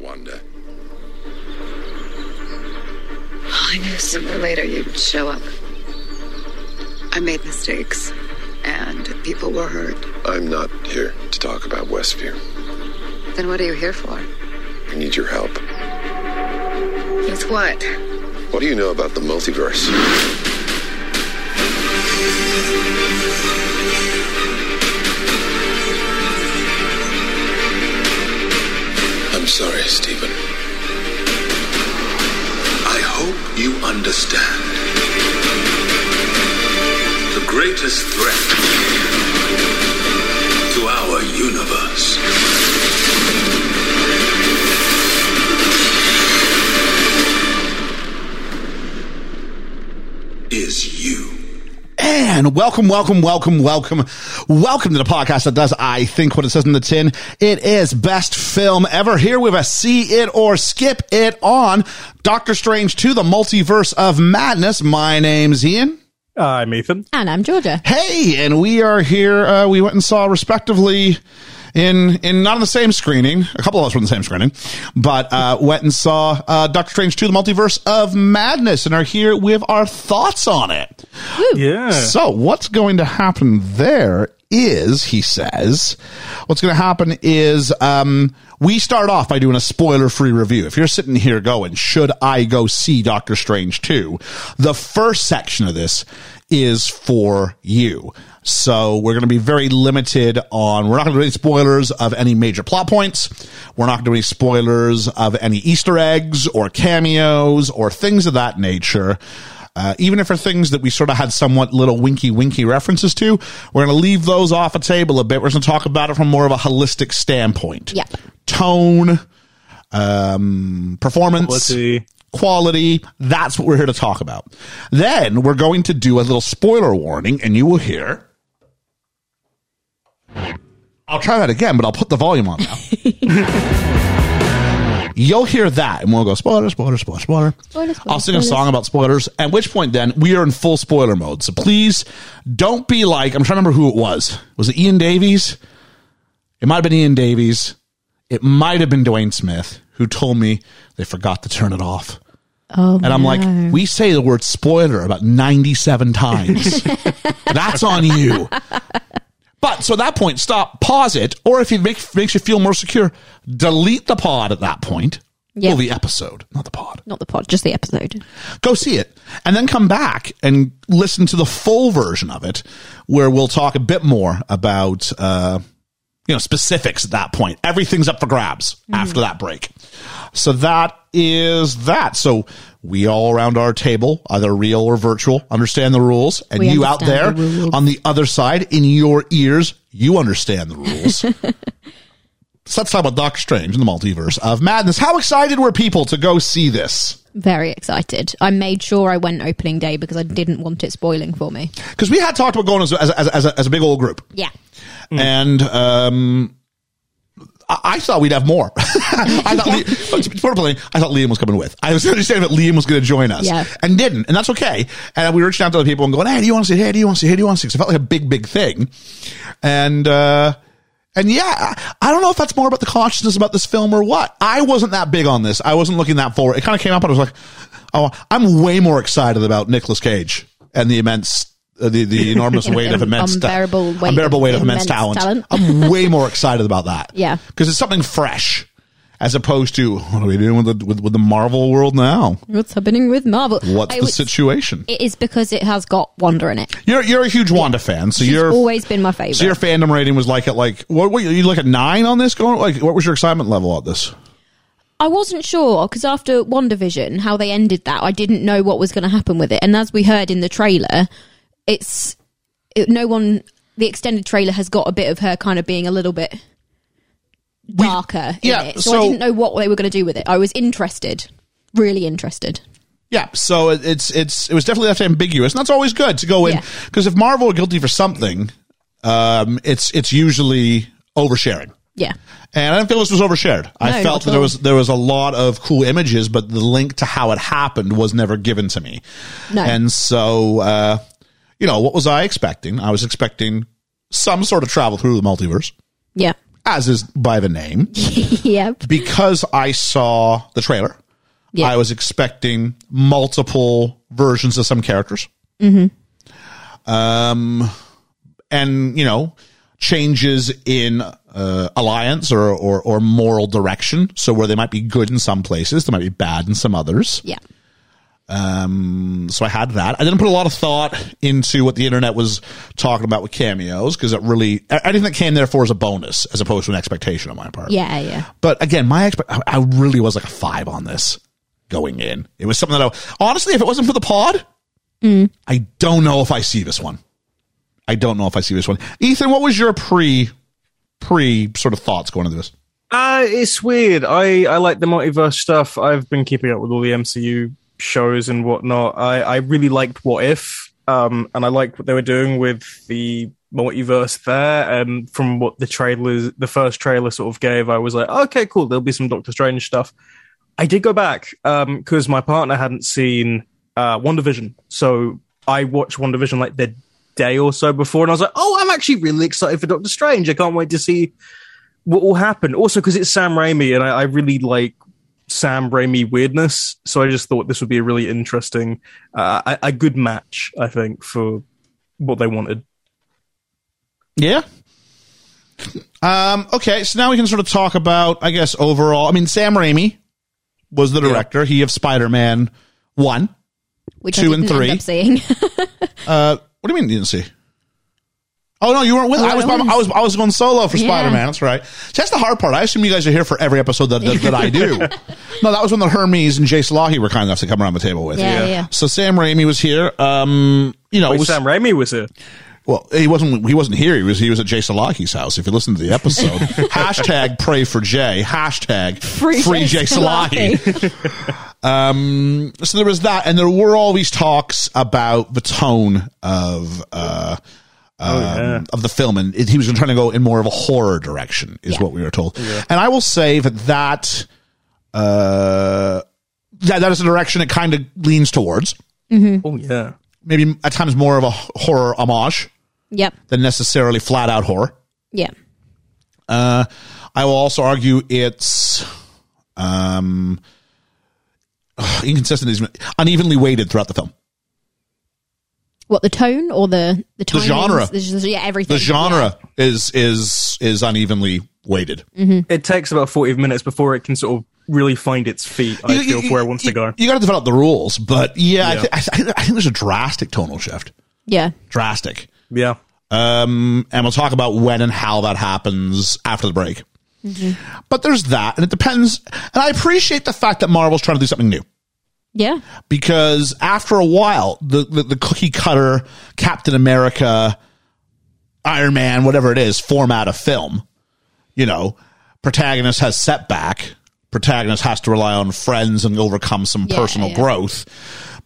wonder. I knew sooner or later you'd show up. I made mistakes, and people were hurt. I'm not here to talk about Westview. Then what are you here for? I need your help. With what? What do you know about the multiverse? I'm sorry, Stephen. I hope you understand. The greatest threat to our universe is you. And welcome, welcome, welcome, welcome, welcome to the podcast that does, I think, what it says in the tin. It is best film ever. Here with a see it or skip it on Doctor Strange to the Multiverse of Madness. My name's Ian. I'm Ethan. And I'm Georgia. Hey, and we are here. Uh, we went and saw respectively in in not on the same screening. A couple of us were on the same screening, but uh, went and saw uh, Doctor Strange to the Multiverse of Madness, and are here with our thoughts on it. Yeah. So, what's going to happen there is, he says, what's going to happen is um, we start off by doing a spoiler free review. If you're sitting here going, should I go see Doctor Strange 2? The first section of this is for you. So, we're going to be very limited on, we're not going to do any spoilers of any major plot points. We're not going to do any spoilers of any Easter eggs or cameos or things of that nature uh, even if for things that we sort of had somewhat little winky winky references to, we're going to leave those off a table a bit. We're going to talk about it from more of a holistic standpoint. Yep. Tone, um, performance, Quality. quality. That's what we're here to talk about. Then we're going to do a little spoiler warning, and you will hear. I'll try that again, but I'll put the volume on now. You'll hear that, and we'll go spoiler, spoiler, spoiler, spoiler. Spoiler, spoiler, I'll sing a spoiler. song about spoilers. At which point, then we are in full spoiler mode. So please don't be like I'm trying to remember who it was. Was it Ian Davies? It might have been Ian Davies. It might have been Dwayne Smith who told me they forgot to turn it off. Oh, And I'm like, we say the word spoiler about 97 times. That's on you. But so at that point, stop, pause it, or if it make, makes you feel more secure, delete the pod at that point. Yeah. Or the episode, not the pod. not the pod, just the episode. Go see it. And then come back and listen to the full version of it, where we'll talk a bit more about, uh, you know, specifics at that point. Everything's up for grabs Mm-hmm. after that break. So that is that. So we all around our table, either real or virtual, understand the rules. And We you out there understand the rules. on the other side, in your ears, you understand the rules. so let's talk about Doctor Strange and the multiverse of madness. How excited were people to go see this? Very excited. I made sure I went opening day because I didn't want it spoiling for me. Because we had talked about going as, as, as, as, a, as a big old group. Yeah. and um, I, I thought we'd have more. I thought, Le- to be perfectly honest, I thought Liam was coming with. I was understanding that Liam was going to join us, Yeah. and didn't, and that's okay. And we reached out to other people and going, "Hey, do you want to see? Hey, do you want to see? Hey, do you want to see?" 'Cause it felt like a big, big thing, and. uh and yeah, I- I don't know if that's more about the consciousness about this film or what. I wasn't that big on this. I wasn't looking that forward. It kind of came up and I was like, oh, I'm way more excited about Nicolas Cage and the immense, uh, the, the enormous weight of immense ta- Unbearable weight unbearable of weight of immense, immense talent. talent. I'm way more excited about that. Yeah. Because it's something fresh as opposed to what are we doing with the, with, with the Marvel world now? What's happening with Marvel? What's I the was- situation? It is because it has got Wanda in it. You're, you're a huge Wanda fan, so She's you're always been my favorite. So your fandom rating was like at like what, what you like at nine on this going like what was your excitement level at this? I wasn't sure because after WandaVision, how they ended that, I didn't know what was going to happen with it. And as we heard in the trailer, it's it, no one. The extended trailer has got a bit of her kind of being a little bit darker in yeah, it. So, so- I didn't know what they were going to do with it. I was interested, really interested. Yeah, so it, it's it's it was definitely left ambiguous, and that's always good to go in Yeah. because if Marvel are guilty for something, um, it's it's usually oversharing. Yeah, And I didn't feel this was overshared. I No, felt not that at there all. was there was a lot of cool images, but the link to how it happened was never given to me. No. And so, uh, you know, what was I expecting? I was expecting some sort of travel through the multiverse. yeah. as is by the name, yep. because I saw the trailer. Yeah. I was expecting multiple versions of some characters. Um, and you know, changes in uh, alliance or, or or moral direction. So where they might be good in some places, they might be bad in some others. Yeah. Um, so I had that. I didn't put a lot of thought into what the internet was talking about with cameos because it really a- anything that came there for is a bonus as opposed to an expectation on my part. Yeah. Yeah. But again, my expect I- I really was like a five on this going in. It was something that I honestly, if it wasn't for the pod, I don't know if I see this one. I don't know if I see this one. Ethan, what was your pre pre sort of thoughts going into this? Uh, it's weird. I, I like the multiverse stuff. I've been keeping up with all the MCU shows and whatnot. I, I really liked What If, um, and I liked what they were doing with the multiverse there. And from what the trailers, the first trailer sort of gave, I was like, okay, cool. There'll be some Doctor Strange stuff. I did go back because my partner hadn't seen uh, WandaVision. So I watched WandaVision like the day or so before, and I was like, oh, I'm actually really excited for Doctor Strange. I can't wait to see what will happen. Also, because it's Sam Raimi, and I, I really like Sam Raimi weirdness, so I just thought this would be a really interesting, uh, a, a good match, I think, for what they wanted. Yeah. Um, okay, so now we can sort of talk about, I guess, overall. I mean, Sam Raimi was the director. He of Spider Man one. Which Two I and didn't three. End up seeing. What do you mean you didn't see? Oh no, you weren't with. Oh, I was. I By, my- I was. I was going solo for Yeah. Spider Man. That's right. See, that's the hard part. I assume you guys are here for every episode that that, that I do. no, that was when the Hermes and Jace Lahey were kind enough to come around the table with. Yeah, Yeah. yeah. So Sam Raimi was here. Um, you know, Wait, was, Oh, Sam Raimi was here. well, he wasn't. He wasn't here. He was. He was at Jace Lahey's house. If you listen to the episode, hashtag pray for Jay. Hashtag free, Jay Salahi so there was that, and there were all these talks about the tone of uh, um, yeah. of the film, and it, he was trying to go in more of a horror direction, is Yeah. what we were told. And I will say that that uh, that, that is the direction it kind of leans towards. Hmm. Oh yeah, Maybe at times more of a horror homage yep. than necessarily flat out horror. Yeah. Uh, I will also argue it's um, inconsistent, is unevenly weighted throughout the film. What the tone or the the, timings, genre. the genre? Yeah, everything. the genre is is is unevenly weighted. it takes about forty minutes before it can sort of really find its feet. I feel for where it wants to go. You got to develop the rules, but yeah, Yeah. I, th- I, th- I think there's a drastic tonal shift. Yeah. Drastic. Yeah, Um, and we'll talk about when and how that happens after the break. But there's that, and it depends. And I appreciate the fact that Marvel's trying to do something new. Yeah. because after a while, the, the, the cookie cutter Captain America, Iron Man, whatever it is, format of film, you know, protagonist has setback. Protagonist has to rely on friends and overcome some Yeah, personal yeah. growth.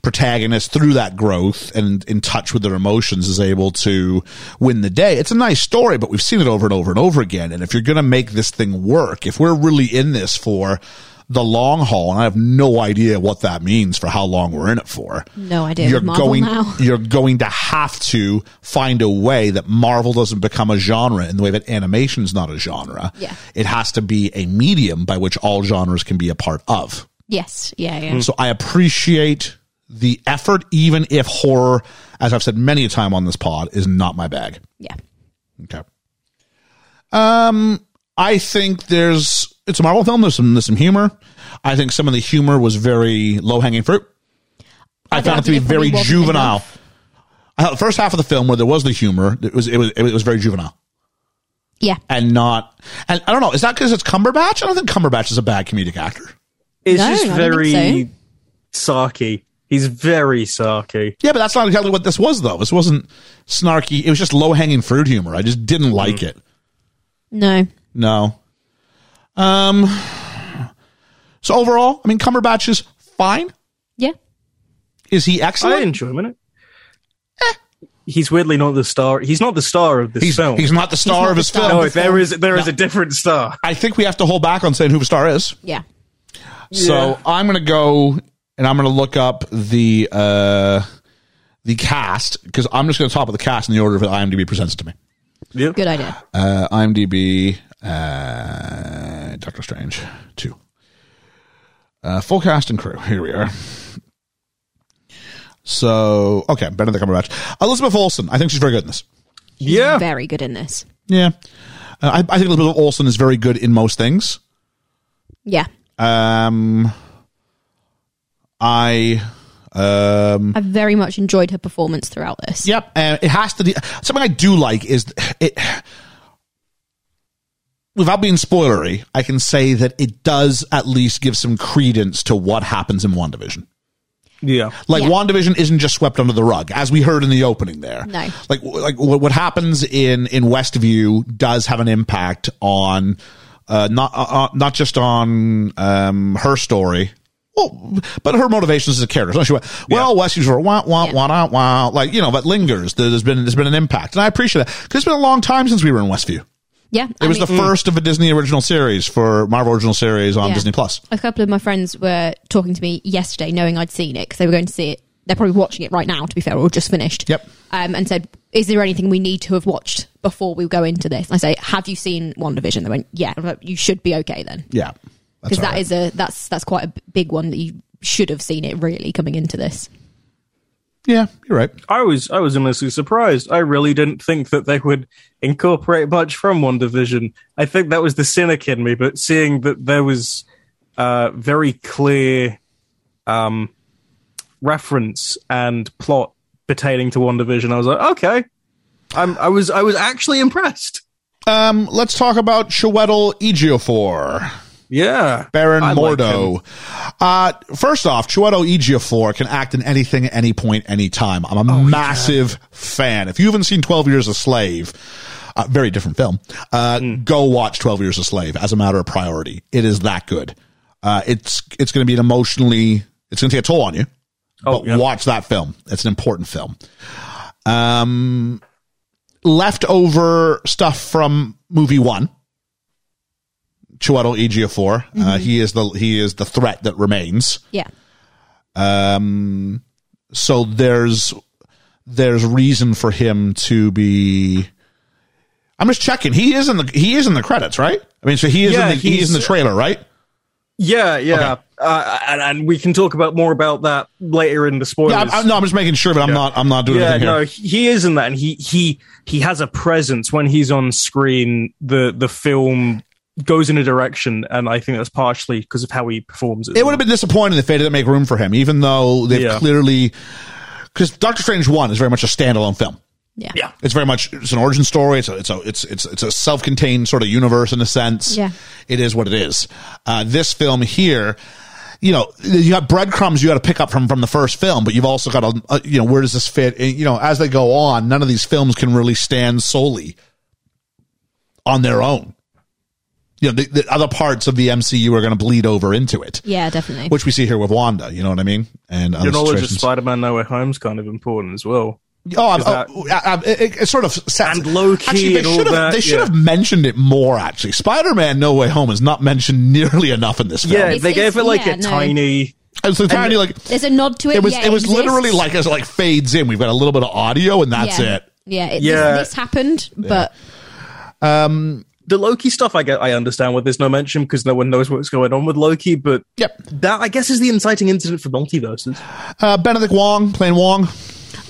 Protagonist, through that growth and in touch with their emotions, is able to win the day. It's a nice story, but we've seen it over and over and over again. And if you're going to make this thing work, if we're really in this for the long haul, and I have no idea what that means for how long we're in it for. No idea. You're With Marvel going, now. you're going to have to find a way that Marvel doesn't become a genre in the way that animation's not a genre. Yeah. It has to be a medium by which all genres can be a part of. Yes. Yeah. Yeah. So I appreciate the effort, even if horror, as I've said many a time on this pod, is not my bag. Yeah. Okay. Um, I think there's it's a Marvel film. There's some there's some humor. I think some of the humor was very low hanging fruit. I, I found it to be think it probably very wasn't juvenile. enough. I thought the first half of the film where there was the humor, it was it was it was very juvenile Yeah. and not. And I don't know. Is that because it's Cumberbatch? I don't think Cumberbatch is a bad comedic actor. it's No, just I don't very think sarky. He's very sarky. Yeah, but that's not exactly what this was though. This wasn't snarky. It was just low hanging fruit humor. I just didn't like it. No. No. Um. So overall, I mean, Cumberbatch is fine. Yeah. Is he I excellent? enjoy him in it. He's weirdly not the star. He's not the star of this He's film. he's not the star not of the his star. film. no, there is there is a different star. I think we have to hold back on saying who the star is. Yeah. So I'm gonna go and I'm gonna look up the uh the cast because I'm just gonna top of the cast in the order that IMDb presents it to me. Yep. Good idea. Uh, IMDb, uh, Doctor Strange 2. Uh, full cast and crew. Here we are. So, okay, Benedict Cumberbatch. Elizabeth Olsen. I think she's very good in this. Yeah. Very good in this. Yeah. Uh, I, I think Elizabeth Olsen is very good in most things. Yeah. Um, I. Um, I very much enjoyed her performance throughout this. Yep, and it has to. De- Something I do like is it. Without being spoilery, I can say that it does at least give some credence to what happens in WandaVision. Yeah. Like Yeah. WandaVision isn't just swept under the rug, as we heard in the opening there. No. Like like what, what happens in in Westview does have an impact on uh, not uh, uh, not just on um, her story. Well, but her motivations as a character. So she went, well, Westview's were wah wah Yeah. wah wah wah, like you know, but lingers. There's been there's been an impact, and I appreciate that because it's been a long time since we were in Westview. Yeah. It was the first of a Disney original series for Marvel original series on mm. Yeah. Disney Plus. A couple of my friends were talking to me yesterday, knowing I'd seen it because they were going to see it. They're probably watching it right now, to be fair, or just finished. Yep. Um, and said, "Is there anything we need to have watched before we go into this?" And I say, "Have you seen WandaVision?" They went, "Yeah." I'm like, you should be okay then, Yeah, that's because all that right. is a that's that's quite a b- big one that you should have seen it really coming into this. yeah, you're right. I was I was immensely surprised. I really didn't think that they would incorporate much from One Division. I think that was the cynic in me, but seeing that there was uh, very clear um, reference and plot pertaining to One Division, I was like, okay. I'm, I was I was actually impressed. Um, let's talk about Chiwetel Ejiofor, Yeah, Baron I like him. Mordo. uh, first off, Chiwetel Ejiofor can act in anything, at any point, any time. I'm Oh, a massive fan. If you haven't seen Twelve Years a Slave, uh, very different film. Uh, Hmm. go watch Twelve Years a Slave as a matter of priority. It is that good. Uh, it's it's going to be an emotionally. It's going to take a toll on you. but Oh, yeah. watch that film. It's an important film. Um, leftover stuff from movie one. Chiwetel Ejiofor. Uh, Mm-hmm. he is the he is the threat that remains. Yeah. Um, so there's there's reason for him to be. I'm just checking. He is in the he is in the credits, right? I mean, so he is Yeah, in the, he is in the he's- trailer, right? yeah, yeah. Okay. Uh, and, and we can talk about more about that later in the spoilers. Yeah, I'm, I'm- no, I'm just making sure, but I'm not I'm not doing yeah, anything no, here. he he is in that, and he he he has a presence when he's on screen. The the film goes in a direction, and I think that's partially because of how he performs. as It would have been disappointing if they didn't make room for him, even though they've Yeah. clearly because Doctor Strange One is very much a standalone film. Yeah. Yeah. It's very much it's an origin story. It's a it's a it's it's it's a self contained sort of universe in a sense. Yeah. it is what it is. Uh, this film here, you know, you got breadcrumbs you got to pick up from from the first film, but you've also got a, a you know where does this fit? And, you know, as they go on, none of these films can really stand solely on their own. You know, the, the other parts of the MCU are going to bleed over into it, Yeah, definitely. which we see here with Wanda. You know what I mean? And other Your knowledge of situations. Spider-Man: No Way Home is kind of important as well. Oh, I'm, Is that- oh, I- I- it, it sort of sets, And low-key Actually, they and all should have that, they should yeah. have mentioned it more. Actually, Spider-Man: No Way Home is not mentioned nearly enough in this film. Yeah, It's- they gave it it's- like yeah, a no. Um, tiny. it's the tiny like There's a nod to it. it was yeah, it was exists. literally like as it like fades in. We've got a little bit of audio and that's yeah. it. Yeah, it, Yeah. This, this happened, but The Loki stuff, I get, I understand why there's no mention because no one knows what's going on with Loki. But Yep. that I guess is the inciting incident for multiverses. Uh, Benedict Wong playing Wong.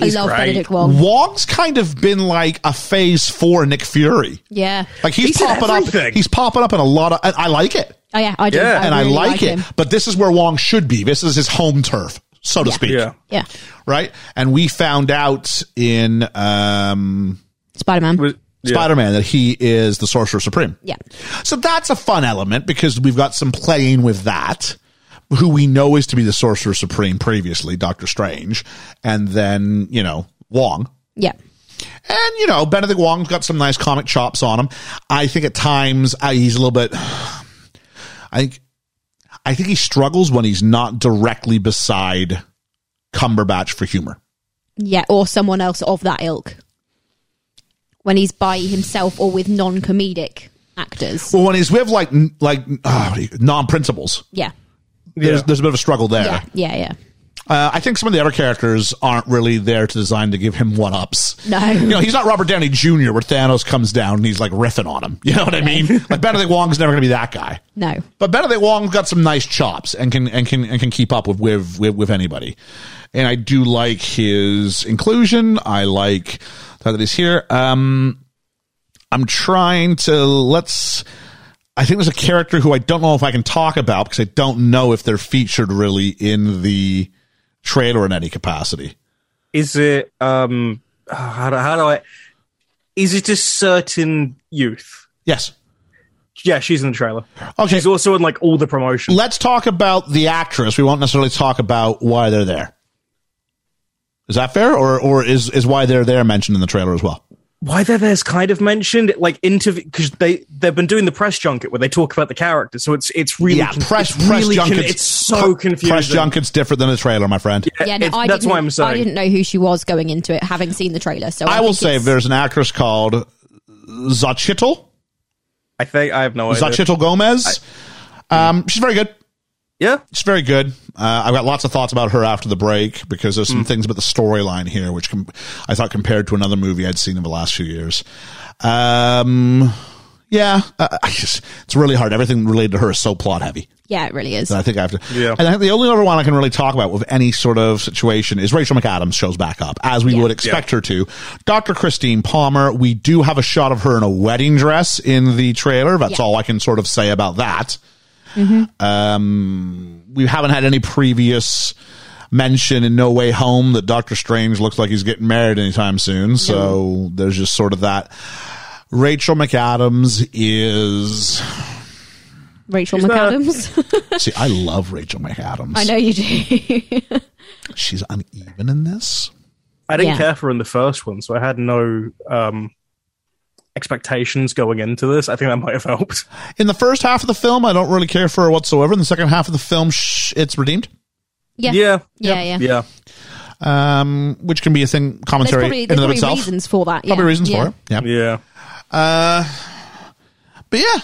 I love great. Benedict Wong. Wong's kind of been like a phase four Nick Fury. Yeah. Like he's, He's in popping up. everything. He's popping up in a lot of. And I like it. Oh yeah, I do. Yeah. I and I really like, it. him. But this is where Wong should be. This is his home turf, so to Yeah. speak. Yeah. Yeah. right? And we found out in um, Spider Man. Was- yeah. Spider-Man that he is the Sorcerer Supreme. Yeah. So that's a fun element because we've got some playing with that. Who we know is to be the Sorcerer Supreme previously, Doctor Strange, and then you know Wong, Yeah. and you know Benedict Wong's got some nice comic chops on him. I think at times uh, he's a little bit. I think, I think he struggles when he's not directly beside Cumberbatch for humor. Yeah, or someone else of that ilk. When he's by himself or with non comedic actors. Well, when he's with like ah, n- like non principles, Yeah. there's Yeah. there's a bit of a struggle there. Yeah. Yeah. Yeah. Uh, I think some of the other characters aren't really there to design to give him one ups. No. You know, he's not Robert Downey Jr., where Thanos comes down and he's like riffing on him. You know what I mean? like Benedict Wong's never going to be that guy. No. But Benedict Wong's got some nice chops and can and can and can keep up with with with, with anybody. And I do like his inclusion. I like that he's here. Um, I'm trying to let's. I think there's a character who I don't know if I can talk about because I don't know if they're featured really in the trailer in any capacity. Is it um uh, how do, how do I is it a certain youth? Yes. Yeah, she's in the trailer. Okay. She's also in like all the promotion. let's talk about the actress. We won't necessarily talk about why they're there. Is that fair, or or is is why they're there mentioned in the trailer as well? Why they're there's kind of mentioned like interview because they they've been doing the press junket where they talk about the character, so it's it's really Yeah, con- press it's press really con- junkets. it's so pre- confusing. Press junkets different than the trailer, my friend. Yeah, no, It's- I that's didn't, why I'm saying I didn't know who she was going into it, having seen the trailer. So I, I will think say it's- there's an actress called Zachitel I think I have no idea. Zachitel Gomez. um, she's very good. yeah, She's very good. Uh, I've got lots of thoughts about her after the break because there's some things about the storyline here, which com- I thought compared to another movie I'd seen in the last few years. Um, yeah, uh, I just, it's really hard. Everything related to her is so plot heavy. yeah, it really is. I think I have to. Yeah. And I think the only other one I can really talk about with any sort of situation is Rachel McAdams shows back up, as we would expect her to. Dr. Christine Palmer, we do have a shot of her in a wedding dress in the trailer. That's Yeah. all I can sort of say about that. Um, we haven't had any previous mention in No Way Home that Doctor Strange looks like he's getting married anytime soon. So there's just sort of that. Rachel McAdams is. Rachel She's not- McAdams. See, I love Rachel McAdams. I know you do. she's uneven in this. I didn't Yeah. care for her in the first one, so I had no um expectations going into this. I think that might have helped. In the first half of the film, I don't really care for her whatsoever. In the second half of the film, sh- it's redeemed, yeah. Yeah. Yeah, yeah. Yeah. um, which can be a thing There's commentary probably, in and there's of probably itself. reasons for that. Probably yeah. reasons yeah. for it. Yeah. Yeah. but yeah,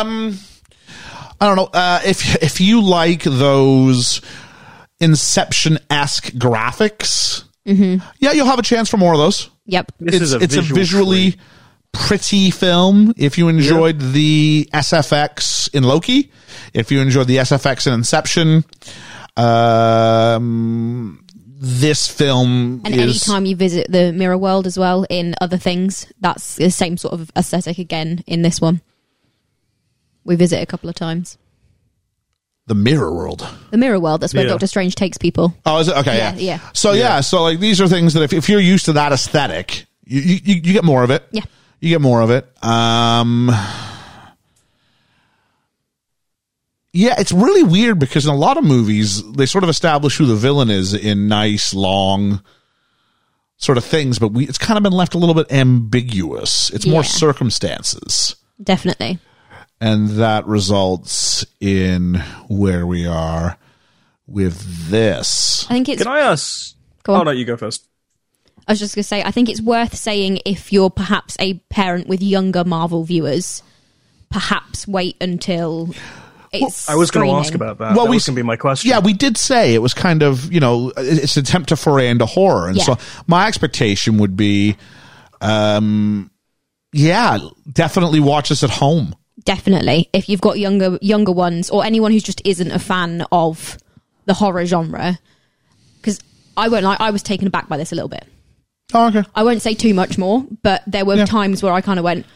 um, I don't know uh, if if you like those Inception esque graphics. Mm-hmm. Yeah, you'll have a chance for more of those. Yep. This it's is a it's visual a visually treat. pretty film. If you enjoyed the SFX in Loki, if you enjoyed the SFX in Inception, um, this film And is anytime you visit the mirror world as well in other things, that's the same sort of aesthetic again in this one. We visit a couple of times. the mirror world. The mirror world, that's where Yeah. Doctor Strange takes people. Oh, is it okay? Yeah, Yeah, yeah. So yeah. so like these are things that if, if you're used to that aesthetic, you, you you you get more of it. Yeah. you get more of it. Um, yeah, it's really weird because in a lot of movies they sort of establish who the villain is in nice long sort of things, but we it's kind of been left a little bit ambiguous. It's more Yeah. circumstances Definitely. and that results in where we are with this. I think it's Can I ask? Go on. Oh no, you go first. I was just going to say, I think it's worth saying if you're perhaps a parent with younger Marvel viewers, perhaps wait until it's. I was going to streaming. ask about that. Well, Well, that we- was going to be my question. Yeah, we did say it was kind of you know it- it's an attempt to foray into horror, and Yeah. so my expectation would be, um, yeah, definitely watch this at home. Definitely, if you've got younger younger ones or anyone who just isn't a fan of the horror genre, because I won't lie, I was taken aback by this a little bit. Oh, okay. I won't say too much more, but there were Yeah. times where I kind of went,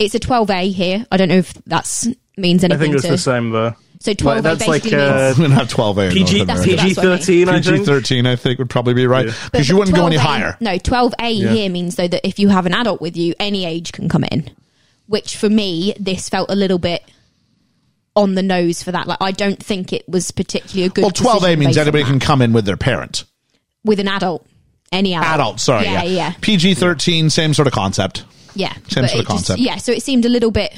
"It's a 12A here." I don't know if that's means I think anything it's to the same though. so 12A that's like, basically uh, means We're gonna have twelve A. PG that's- PG what I mean. thirteen. I PG think. thirteen, I think would probably be right because But- you but wouldn't go any 12A higher. No, 12A here means though that if you have an adult with you, any age can come in. Which for me, this felt a little bit on the nose for that. Like I don't think it was particularly a good. Well, twelve A decision means based on anybody that. can come in with their parent, with an adult, any adult. adult. Sorry, yeah, yeah, PG thirteen, same sort of concept. yeah. Same But sort of it just- concept. yeah, so it seemed a little bit.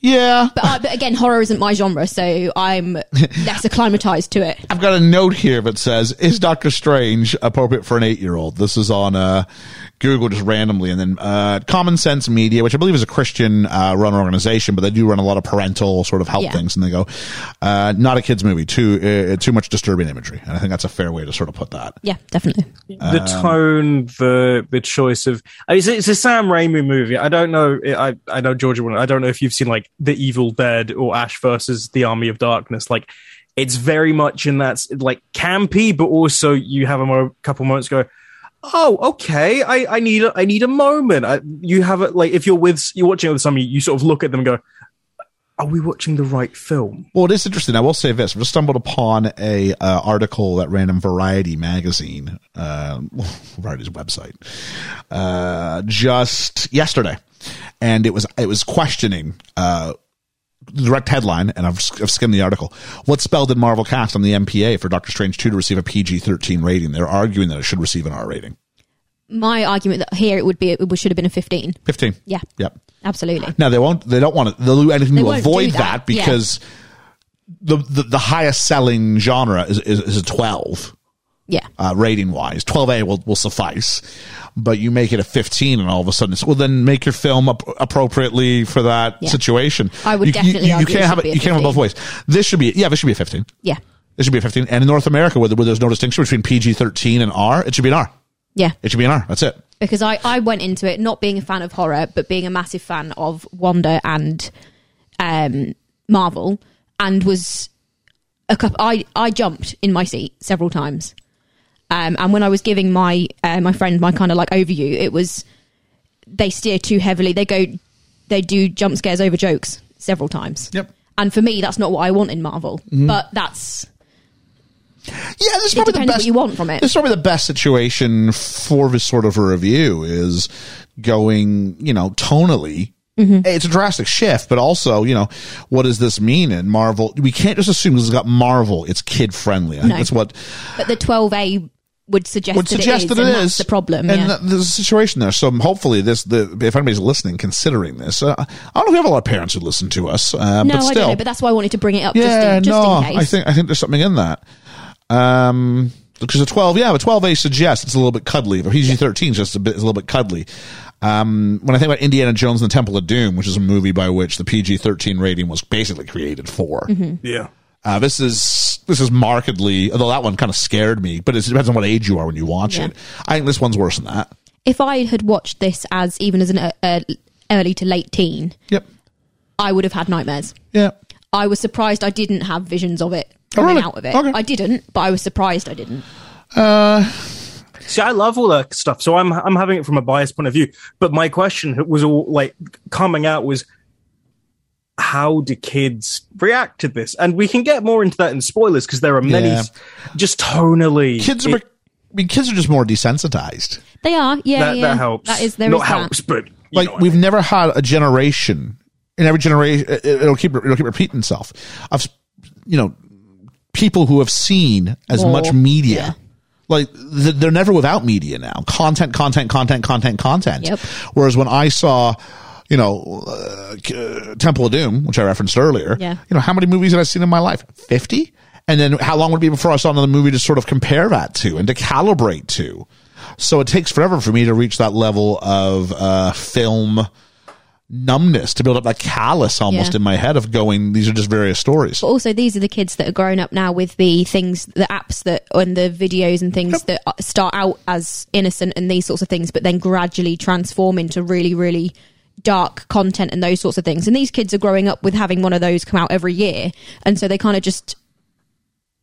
Yeah, But, I, but again, horror isn't my genre, so I'm less acclimatized to it. I've got a note here that says, "Is Doctor Strange appropriate for an eight-year-old?" This is on uh, Google just randomly, and then uh, Common Sense Media, which I believe is a Christian uh, run organization, but they do run a lot of parental sort of help Yeah. things, and they go, uh, "Not a kids movie, too uh, too much disturbing imagery," and I think that's a fair way to sort of put that. Yeah, definitely. the tone, the the choice of uh, it's, it's a Sam Raimi movie. I don't know. I I know Georgia. wouldn't- I don't know if you've seen like The Evil Dead or Ash versus the Army of Darkness. Like it's very much in that like campy, but also you have a mo- couple moments go. Oh, okay. I, I need a, I need a moment. I, you have it like if you're with you're watching it with somebody, you sort of look at them and go, "Are we watching the right film?" Well, it is interesting. I will say this: I've just stumbled upon a uh, article that ran in Variety magazine, uh, Variety's website, uh, just yesterday, and it was it was questioning uh, the direct headline, and I've, I've skimmed the article. What's spelled in Marvel cast on the MPA for Doctor Strange two to receive a PG thirteen rating? They're arguing that it should receive an R rating. My argument that here it would be it should have been a fifteen. Fifteen. Yeah. Yep. Absolutely. Now they won't. They don't want to. They'll do anything They to won't avoid do that, that, yeah. because the, the the highest selling genre is is, is a twelve Yeah. uh, rating wise. Twelve A will will suffice, but you make it a fifteen, and all of a sudden, it's, well, then make your film up appropriately for that Yeah. situation. I would You- you, definitely You, you argue it can't have should it. be a You can't have it both 15. ways. This should be yeah. This should be a fifteen. Yeah. This should be a fifteen. And in North America, where, where there's no distinction between PG thirteen and R, it should be an R. Yeah. It should be an R. That's it. Because I, I went into it not being a fan of horror, but being a massive fan of Wonder and um, Marvel, and was a couple. I I jumped in my seat several times, um, and when I was giving my uh, my friend my kind of like overview, it was they steer too heavily. They go, they do jump scares over jokes several times. Yep. And for me, that's not what I want in Marvel, Mm-hmm. but that's Yeah, this is It probably the depends best what you want from it. This is probably the best situation for this sort of a review is going, you know, tonally. Mm-hmm. It's a drastic shift, but also, you know, what does this mean in Marvel? We can't just assume because it's got Marvel, it's kid friendly. I think No. that's what but the twelve A would suggest would that suggest it is, that it and is that's the problem. And yeah. th- there's a situation there. So hopefully, this the if anybody's listening, considering this, uh, I don't know. if We have a lot of parents who listen to us, uh, no, but I still, don't know, but that's why I wanted to bring it up yeah, just, in, just no, in case. I think I think there's something in that. Um, because a twelve, yeah, a twelve A suggests it's a little bit cuddly. But PG thirteen just a bit is a little bit cuddly. Um, when I think about Indiana Jones and the Temple of Doom, which is a movie by which the PG thirteen rating was basically created for, Mm-hmm. Yeah. uh, this is this is markedly. Although that one kind of scared me, but it depends on what age you are when you watch Yeah. it. I think this one's worse than that. if I had watched this as even as an uh, uh, early to late teen, Yep. I would have had nightmares. Yeah. I was surprised I didn't have visions of it coming Oh, really? out of it. Okay. I didn't, but I was surprised I didn't. Uh, See, I love all that stuff, so I'm I'm having it from a biased point of view. But my question was all like coming out was, how do kids react to this? And we can get more into that in spoilers because there are many, Yeah. just tonally. Kids are. it- I mean, kids are just more desensitized. They are, yeah, that, yeah. that helps. That is there is not that. helps, but you like know, we've never had a generation in every generation it- it'll keep it'll keep repeating itself of you know people who have seen as More, much media like th- they're never without media now content content content content content Yep. whereas when i saw you know uh, K- uh, temple of doom which i referenced earlier Yeah. you know how many movies have i seen in my life 50 and then how long would it be before i saw another movie to sort of compare that to and to calibrate to so it takes forever for me to reach that level of uh, film numbness to build up that callus almost Yeah. in my head of going these are just various stories But also, these are the kids that are growing up now with the things, the apps that, and the videos and things that that start out as innocent and these sorts of things, but then gradually transform into really, really dark content and those sorts of things. And these kids are growing up with having one of those come out every year, and so they kind of just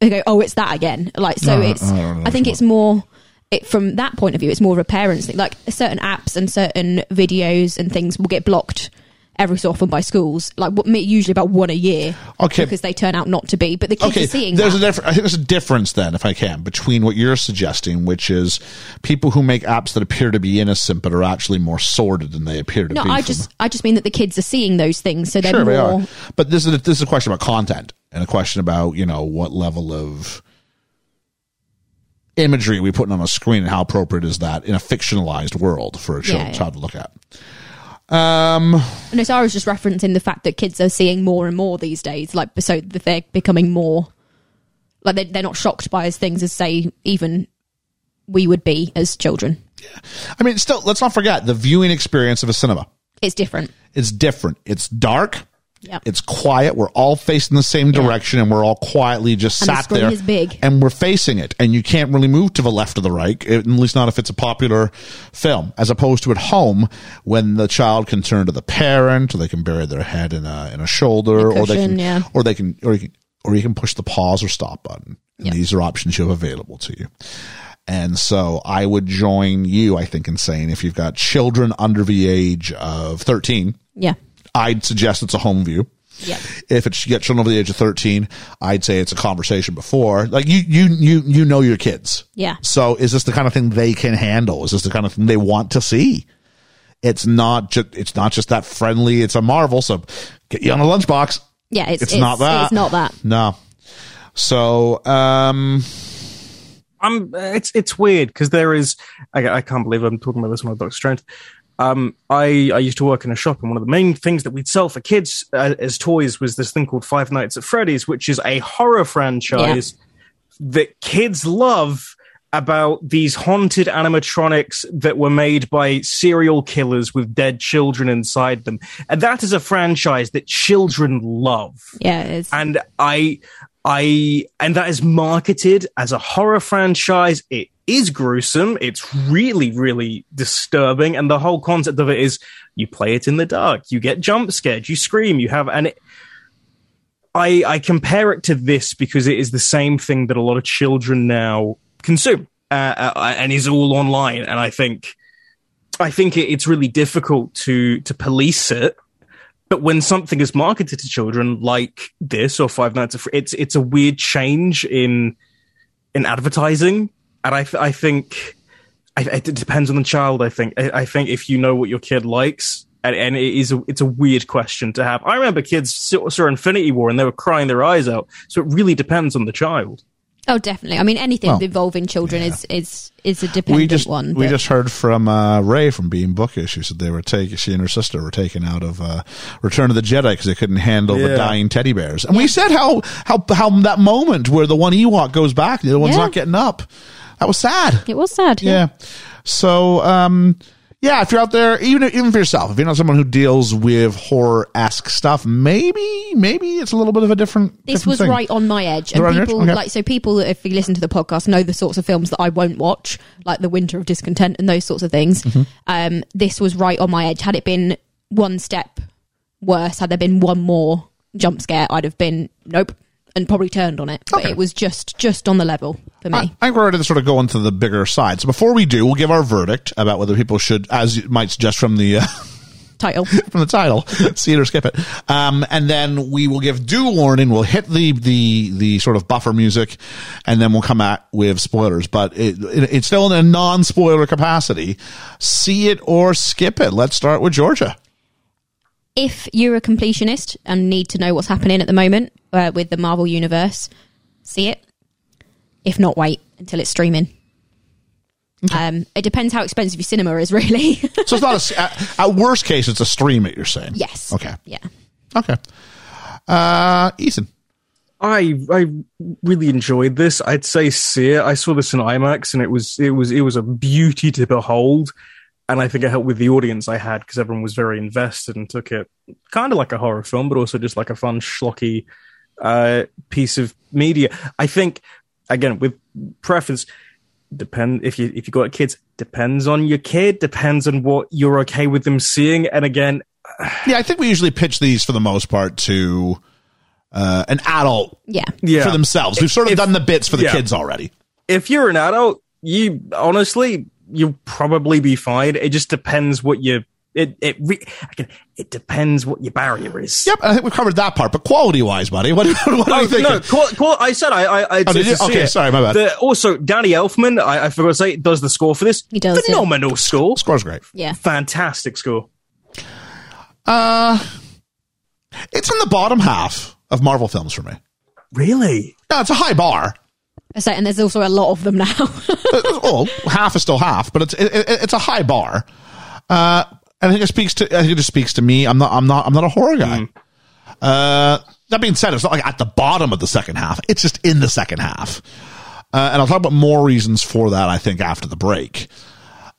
they go, "Oh, it's that again." Like, so it's. I don't I, know think if it's more. It, from that point of view, it's more of a parents thing. Like certain apps and certain videos and things will get blocked every so often by schools. Like what, usually about one a year Okay. because they turn out not to be. But the kids okay are seeing there's that. a difference i think there's a difference then if i can between what you're suggesting which is people who make apps that appear to be innocent but are actually more sordid than they appear to no, be I from- just I just mean that the kids are seeing those things, so they're sure more. they are but this is a, this is a question about content and a question about you know what level of imagery are we putting on a screen and how appropriate is that in a fictionalized world for a child, Yeah, yeah. child to look at And as I was just referencing the fact that kids are seeing more and more these days, like so that they're becoming more like they're, they're not shocked by as things as say even we would be as children. I mean, still, let's not forget the viewing experience of a cinema. It's different. It's different. It's dark. Yep. It's quiet. We're all facing the same direction, and we're all quietly just And the sat screen there. is big. and we're facing it, and you can't really move to the left or the right, at least not if it's a popular film, as opposed to at home when the child can turn to the parent, or they can bury their head in a in a shoulder, A or they cushion, can, yeah. or they can, or you can, or you can push the pause or stop button. And Yeah. these are options you have available to you. And so I would join you, I think, in saying if you've got children under the age of 13, Yeah. I'd suggest it's a home view. Yeah. If it's you get children over the age of thirteen, I'd say it's a conversation before. Like you, you, you, you know your kids. Yeah. So is this the kind of thing they can handle? Is this the kind of thing they want to see? It's not just it's not just that friendly. It's a marvel. So get you on a lunchbox. Yeah. It's, It's not that. It's not that. No. So um, I'm. It's it's weird because there is. I, I can't believe I'm talking about this on Dr. Strange. Um, I I used to work in a shop, and one of the main things that we'd sell for kids uh, as toys was this thing called Five Nights at Freddy's, which is a horror franchise that kids love about these haunted animatronics that were made by serial killers with dead children inside them, and that is a franchise that children love Yeah. It's, and I, I, and that is marketed as a horror franchise. It is gruesome. It's really, really disturbing, and the whole concept of it is you play it in the dark, you get jump scared, you scream, you have, and it, I, I compare it to this because it is the same thing that a lot of children now consume, uh, uh, and is all online, and I think. I think it, it's really difficult to to police it but when something is marketed to children like this or Five Nights at Fre- it's it's a weird change in in advertising, and I th- I think I, it depends on the child. I think I, I think if you know what your kid likes, and, and it is a, it's a weird question to have. I remember kids saw, saw Infinity War and they were crying their eyes out. So it really depends on the child. oh, definitely. I mean, anything Well, involving children is is is a dependent we just one. we but- just heard from uh, Ray from Being Bookish. She said they were taken. She and her sister were taken out of uh, Return of the Jedi because they couldn't handle the Yeah. dying teddy bears. And we said how how how that moment where the one Ewok goes back, and the other one's Yeah. not getting up. That was sad. it was sad. Yeah. So, um, yeah, if you're out there, even even for yourself, if you're not someone who deals with horror esque stuff, maybe maybe it's a little bit of a different. This different was thing. right on my edge, Right and on your edge? people Okay. like so people that if you listen to the podcast know the sorts of films that I won't watch, like The Winter of Discontent and those sorts of things. Mm-hmm. Um, this was right on my edge. Had it been one step worse, had there been one more jump scare, I'd have been nope and probably turned on it. But Okay. Uh, it was just just on the level for me. I, I think we're ready to sort of go into the bigger side. So before we do, we'll give our verdict about whether people should, as you might suggest from the uh, Title. from the title, see it or skip it. Um, and then we will give due warning. We'll hit the the the sort of buffer music, and then we'll come out with spoilers. But it, it, it's still in a non spoiler capacity. See it or skip it. Let's start with Georgia. if you're a completionist and need to know what's happening at the moment uh, with the Marvel universe, see it. If not, wait until it's streaming. Um, it depends how expensive your cinema is, really. So it's not a at, at worst case, it's a stream. It you're saying yes. Okay. Yeah. Okay. Uh, Ethan. I I really enjoyed this. I'd say see it. I saw this in IMAX, and it was it was it was a beauty to behold. And I think it helped with the audience I had because everyone was very invested and took it kind of like a horror film, but also just like a fun schlocky uh, piece of media. I think again with preference depend if you if you got kids depends on your kid depends on what you're okay with them seeing. And again, Yeah, I think we usually pitch these for the most part to uh, an adult Yeah. yeah, for themselves. We've sort of If- done the bits for the yeah. kids already. if you're an adult, you honestly you'll probably be fine. It just depends what your it it re- again, it depends what your barrier is. Yep, I think we covered that part. But quality wise, buddy, what, what are Oh, you thinking? no, qual- qual- I said I. I, I Oh, did you? to see Okay, it. sorry, my bad. The- also, Danny Elfman, I, I forgot to say, does the score for this. He does, yeah. Phenomenal score. Score's great. Yeah. Fantastic score. Uh, it's in the bottom half of Marvel films for me. Really? No, it's a high bar. So, and there's also a lot of them now. well, oh, half is still half, but it's it, it, it's a high bar. Uh, I think it speaks to I think it just speaks to me. I'm not I'm not I'm not a horror Mm. guy. Uh, that being said, it's not like at the bottom of the second half. It's just in the second half. Uh, and I'll talk about more reasons for that, I think, after the break.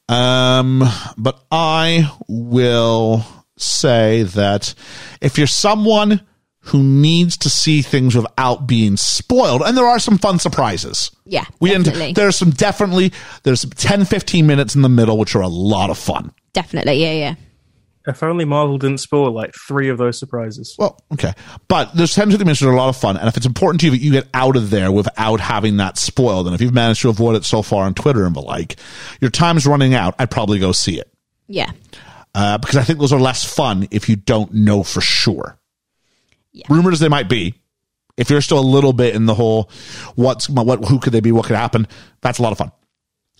Um, but I will say that if you're someone who needs to see things without being spoiled, and there are some fun surprises. Yeah, We didn't- definitely. there's some definitely, there's 10, 15 minutes in the middle, which are a lot of fun. Definitely, yeah, yeah. If only Marvel didn't spoil like three of those surprises. Well, okay. But those 10 15 minutes are a lot of fun. And if it's important to you that you get out of there without having that spoiled, and if you've managed to avoid it so far on Twitter and the like, your time's running out, I'd probably go see it. Yeah. Uh, because I think those are less fun if you don't know for sure. Yeah. Rumored as they might be, if you're still a little bit in the whole what's what who could they be, what could happen, that's a lot of fun.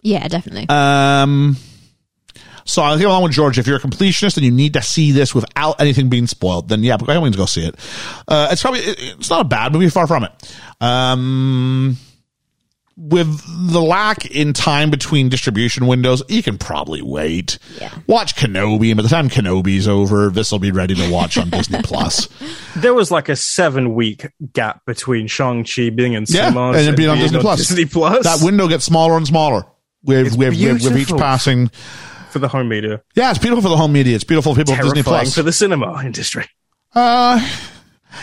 Yeah, definitely. Um, so I think along with George, if you're a completionist and you need to see this without anything being spoiled, then yeah, by all means go see it. Uh, it's probably it- it's not a bad movie, far from it. Um, with the lack in time between distribution windows, you can probably wait. Yeah. Watch Kenobi, and by the time Kenobi's over, this will be ready to watch on Disney Plus. There was like a seven week gap between Shang Chi being in Yeah, cinemas and it being on Disney Plus. Disney Plus That window gets smaller and smaller with with, with, with each beautiful. passing. for the home media, Yeah, it's beautiful for the home media. It's beautiful for people at Disney terrifying Plus. for the cinema industry. Uh,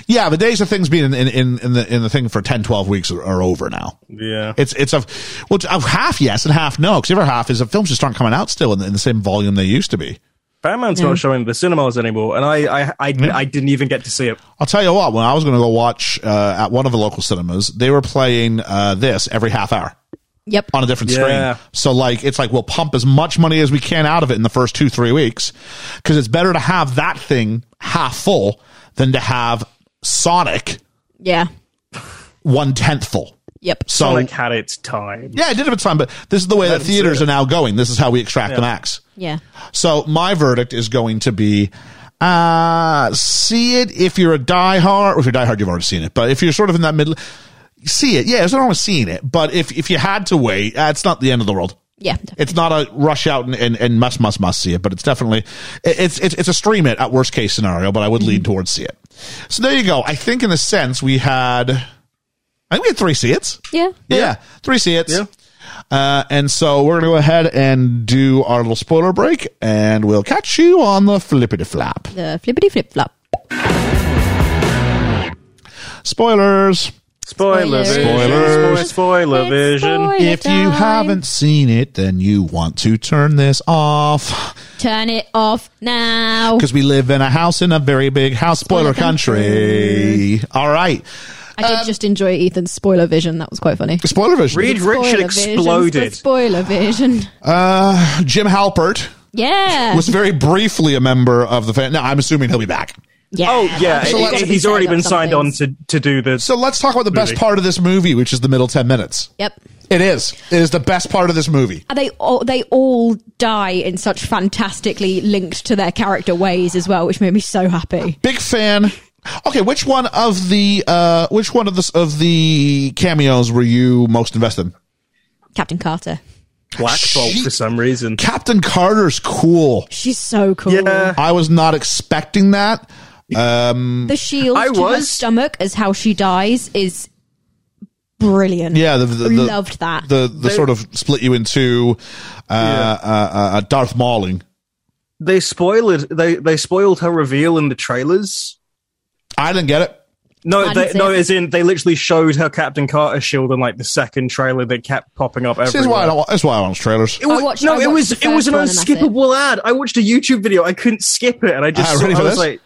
yeah, the days of things being in, in, in, in the in the thing for 10, 12 weeks are, are over now. Yeah, It's it's of well, it's of half yes and half no. Because the other half is that films just aren't coming out still in the, in the same volume they used to be. Batman's not showing the cinemas anymore, and I I I, I didn't even get to see it. I'll tell you what. When I was going to go watch uh, at one of the local cinemas, they were playing uh, this every half hour yep. on a different Yeah. screen. So like, it's like we'll pump as much money as we can out of it in the first two three weeks because it's better to have that thing half full than to have Sonic Yeah. one tenth full. Yep. So Sonic had its time. Yeah, it did have its time, but this is the way that didn't see theaters it. are now going. This is how we extract the max. Yeah. So my verdict is going to be uh see it if you're a diehard or if you're diehard you've already seen it but if you're sort of in that middle see it yeah it's not always seeing it but if if you had to wait uh, it's not the end of the world Yeah. it's not a rush out and, and, and must must must see it but it's definitely it- it's it's it's a stream it at worst case scenario but i would Mm. lean towards see it so there you go i think in a sense we had i think we had three see it's Yeah. yeah. Three see it's. Uh, and so we're going to go ahead and do our little spoiler break, and we'll catch you on the flippity flap. The flippity flip flop. Spoilers. Spoiler Spoilers. vision. Spoiler vision. If you haven't seen it, then you want to turn this off turn it off now. because we live in a house in a very big house spoiler Spoiler country. country. All right. I did just enjoy Ethan's spoiler vision. That was quite funny. Spoiler vision. Reed Richard Spoiler vision for exploded. Spoiler vision. Uh, Jim Halpert Yeah. was very briefly a member of the fan. Now, I'm assuming he'll be back. yeah. Oh yeah, that's So what let's- gotta he's said already about been some signed on things. to to do the So let's talk about the best Movie. part of this movie, which is the middle 10 minutes. Yep. It is. It is the best part of this movie. And They all they all die in such fantastically linked to their character ways as well, which made me so happy. Big fan. Okay, which one of the uh which one of the of the cameos were you most invested in? Captain Carter, Black Bolt She- for some reason. Captain Carter's cool. she's so cool. Yeah. I was not expecting that. The shield I to her was- stomach as how she dies is brilliant. Yeah, the, the, the loved that. The the sort of split you into uh, uh, uh Darth Mauling. They spoiled they they spoiled her reveal in the trailers. I didn't get it. No, I they, didn't see no, it. as in they literally showed her Captain Carter shield in like the second trailer that kept popping up This is everywhere. why I don't. That's why I don't watch trailers. It wa- I watched- no, I it watched was the it was an first one and that's it. unskippable ad. I watched a YouTube video. I couldn't skip it, and I just Ah, saw- ready I for was this? like,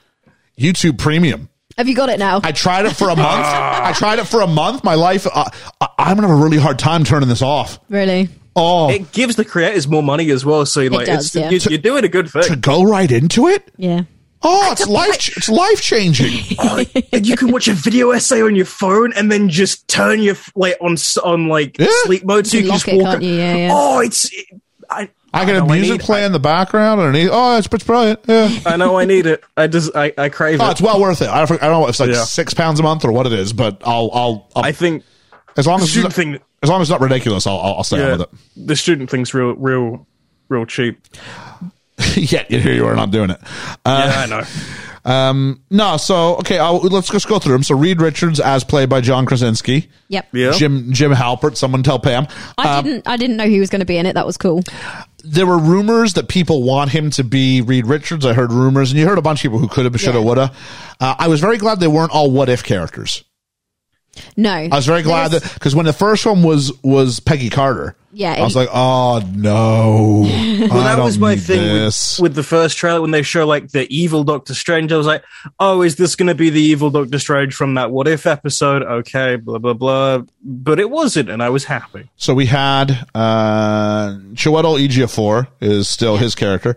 YouTube Premium. Have you got it now? I tried it for a month. I tried it for a month. My life. Uh, I, I'm gonna have a really hard time turning this off. really? Oh, it gives the creators more money as well. So like, does, it's, yeah. you- you're doing a good to thing. go right into it. Yeah. Oh, it's life. ch- It's life changing. and you can watch a video essay on your phone and then just turn your f- like on s- on like Yeah. sleep mode so you can lock just it, walk. can't you? Yeah, yeah. Oh, it's. I, I got know a I music need- play in the background underneath. Oh, it's, it's brilliant. Yeah. I know I need it. I just I, I crave Oh, it. it's well worth it. I don't, I don't know if it's like Yeah. six pounds a month or what it is, but I'll, I'll, I'll I think as long as it's not, student thing- as long as it's not ridiculous, I'll, I'll, I'll stay yeah, on with the student thing's real real real cheap. it. Yet here you are not doing it. yeah, I know. Um, no, so okay, I'll, let's just go through them. So Reed Richards, as played by John Krasinski. Yep. Yeah. Um, Jim Jim Halpert. Someone tell Pam. I didn't. I didn't know he was going to be in it. That was cool. There were rumors that people want him to be Reed Richards. I heard rumors, and you heard a bunch of people who could have, should have, Yeah. woulda. Uh, I was very glad they weren't all what if characters. No, I was very glad that because when the first one was was Peggy Carter, Yeah, I was it- like, oh no, Well, that was my thing This. with, with the first trailer when they show like the evil Doctor Strange. I was like, oh, is this going to be the evil Doctor Strange from that What If episode? Okay, blah blah blah. But it wasn't, and I was happy. so we had uh, Chiwetel Ejiofor is still his character.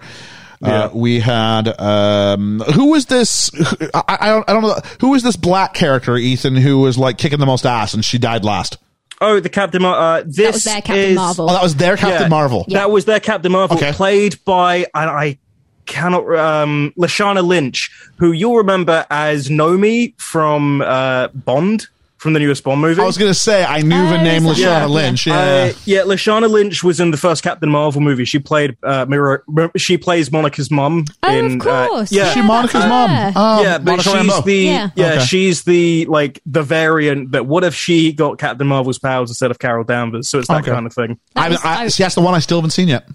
Uh, Yeah. we had um, who was this? I, I don't I don't know who was this black character Ethan who was like kicking the most ass and she died last. Oh, the Captain. Mar- uh, this that was their Captain is- Marvel. Oh, that was their Captain Yeah, Marvel. Yeah. That was their Captain Marvel, Okay. played by and I cannot um Lashana Lynch, who you'll remember as Nomi from uh Bond, from the newest Bond movie. I was gonna say I knew the Oh, name Lashana that's right. Lynch. Yeah. Uh, yeah, Lashana Lynch was in the first Captain Marvel movie. She played uh, Mira. Mir- She plays Monica's mum. oh, in, of course. Uh, yeah, Is she Monica's that's mom. her. Oh, yeah, but Monica she's Rambeau. the Yeah. yeah, Okay. she's the like the variant. But what if she got Captain Marvel's powers instead of Carol Danvers? So it's that Okay. kind of thing. That I, was- I, I- see, that's the one I still haven't seen yet.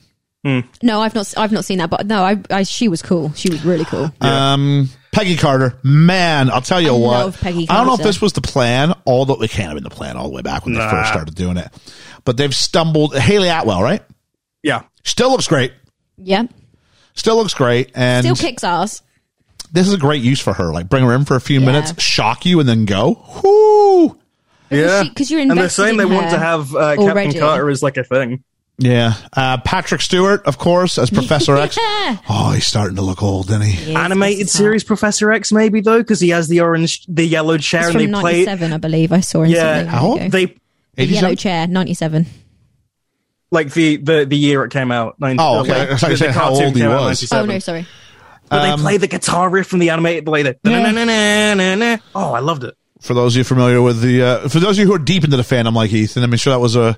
No, I've not. s- I've not seen that, but no, I. I she was cool. She was really cool. Um, Peggy Carter, man, I'll tell you I what. love Peggy I don't know if Carter. this was the plan, although it can't have been the plan all the way back when they Nah. first started doing it. But they've stumbled. Haley Atwell, right? Yeah, Still looks great. yeah, Still looks great, and still kicks ass. this is a great use for her. Like, bring her in for a few Yeah. minutes, shock you, and then go. Whoo! yeah. Because you're and invested they're saying in they her want to have uh, already. Captain Carter as like a thing. Yeah. Uh, Patrick Stewart, of course, as Professor X. Oh, he's starting to look old, isn't he? Yeah, it's Animated bizarre. series Professor X, maybe though, because he has the orange, the yellow chair, It's and they from play. '97, I believe. I saw in Yeah. something. a How while old? ago. They The yellow 87? chair, '97. like the the the year it came out. 90, Oh, okay. uh, like, I was gonna the- say the how cartoon old he came out in was. 97. Oh no, sorry. But Um, they play the guitar riff from the animated play. The, Yeah. na-na-na-na-na-na. Oh, I loved it. for those of you familiar with the uh, for those of you who are deep into the fandom like Ethan, I mean, sure that was a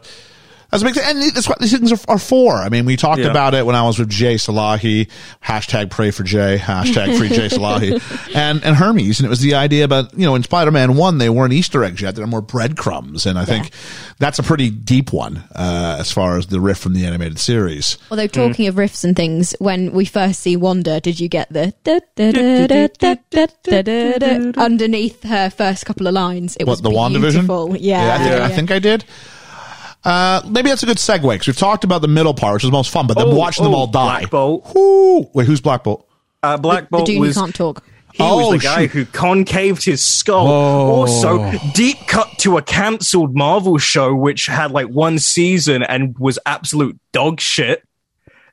that's a big thing, and that's what these things are, are for. I mean, we talked Yeah. about it when I was with Jay Salahi, hashtag pray for Jay, hashtag free Jay Salahi, and and Hermes, and it was the idea about you know in Spider Man one they weren't Easter eggs yet, there are more breadcrumbs, and I think that's a pretty deep one uh, as far as the riff from the animated series. Although talking of riffs and things, when we first see Wanda, did you get the da- da- da- da- da- da- da- da- da- underneath her first couple of lines? It was what the beautiful. WandaVision? Yeah, I, think, yeah. I think I did. Uh, maybe that's a good segue because we've talked about the middle part, which is the most fun, but then Oh, watching them oh, all die. Black Bolt. Whoo! Wait, who's Black Bolt? Uh, Black the Bolt dude was who can't talk. he Oh, was the guy shoot. who concaved his skull. Also, deep cut to a cancelled Marvel show which had like one season and was absolute dog shit.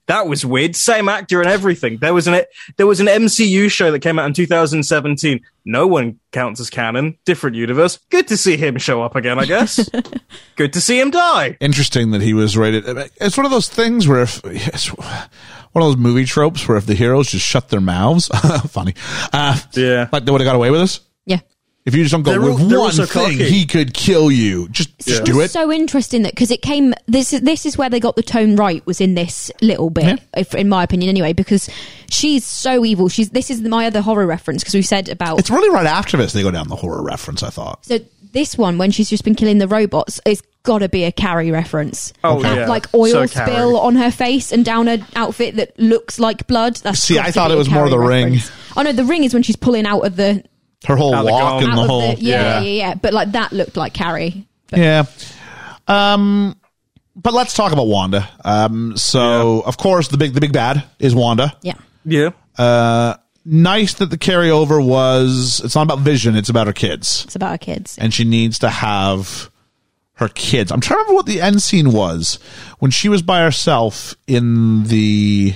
That was weird. Same actor and everything. There was an there was an MCU show that came out in 2017. No one counts as canon. Different universe. Good to see him show up again. I guess. Good to see him die. Interesting that he was rated. It's one of those things where if it's one of those movie tropes where if the heroes just shut their mouths, funny, uh, Yeah. like they would have got away with this. Yeah. If you just don't go They're with al- they're one also thing, cocky. he could kill you. Just, just do it. So interesting that because it came this is this is where they got the tone right was in this little bit, Yeah. if, in my opinion, anyway. Because she's so evil. She's this is my other horror reference because we said about it's really right after this they go down the horror reference. I thought. so this one when she's just been killing the robots. It's got to be a carry reference. Oh, that yeah. like oil So spill Carrie. on her face and down her outfit that looks like blood. That's See, got I to thought be it a was more Carrie the ring. reference. Oh no, the ring is when she's pulling out of the Her whole Out the walk gown. and out the of whole the yeah, yeah yeah But like that looked like Carrie. Yeah. Um, but let's talk about Wanda. Um, so of course the big the big bad is Wanda. Yeah. Yeah. Uh, nice that the carryover was it's not about Vision, it's about her kids, It's about her kids. and she needs to have her kids. I'm trying to remember what the end scene was when she was by herself in the.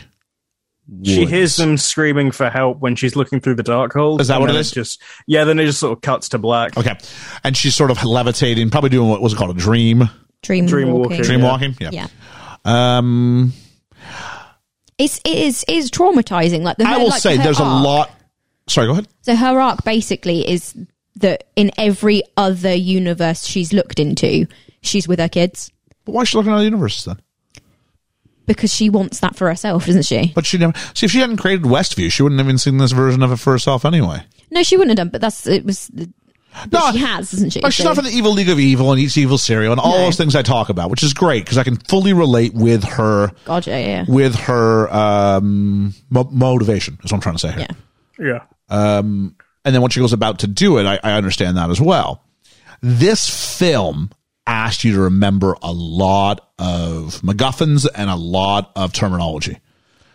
She woods. hears them screaming for help when she's looking through the dark hole. Is that and what it then is? Just yeah, then it just sort of cuts to black. Okay, and she's sort of levitating, probably doing what was it called a dream, Dream, Dream walking. walking. dream Yeah. walking. Yeah. Yeah. Um, It's it is it is traumatizing. Like the I her- will like, say her there's arc- a lot. Sorry, go ahead. So her arc basically is that in every other universe she's looked into, she's with her kids. But why is she looking at the universe then? because she wants that for herself, doesn't she? But she never. See, if she hadn't created Westview, she wouldn't have even seen this version of it for herself anyway. No, she wouldn't have done. But that's it was. The, No, she has, isn't she? Like, she's So- not from the Evil League of Evil and eats evil cereal and all No. those things I talk about, which is great because I can fully relate with her, God, yeah, yeah. with her um, mo- motivation. Is what I'm trying to say here. Yeah. Yeah. And then when she goes about to do it, I, I understand that as well. This film asked you to remember a lot of MacGuffins and a lot of terminology.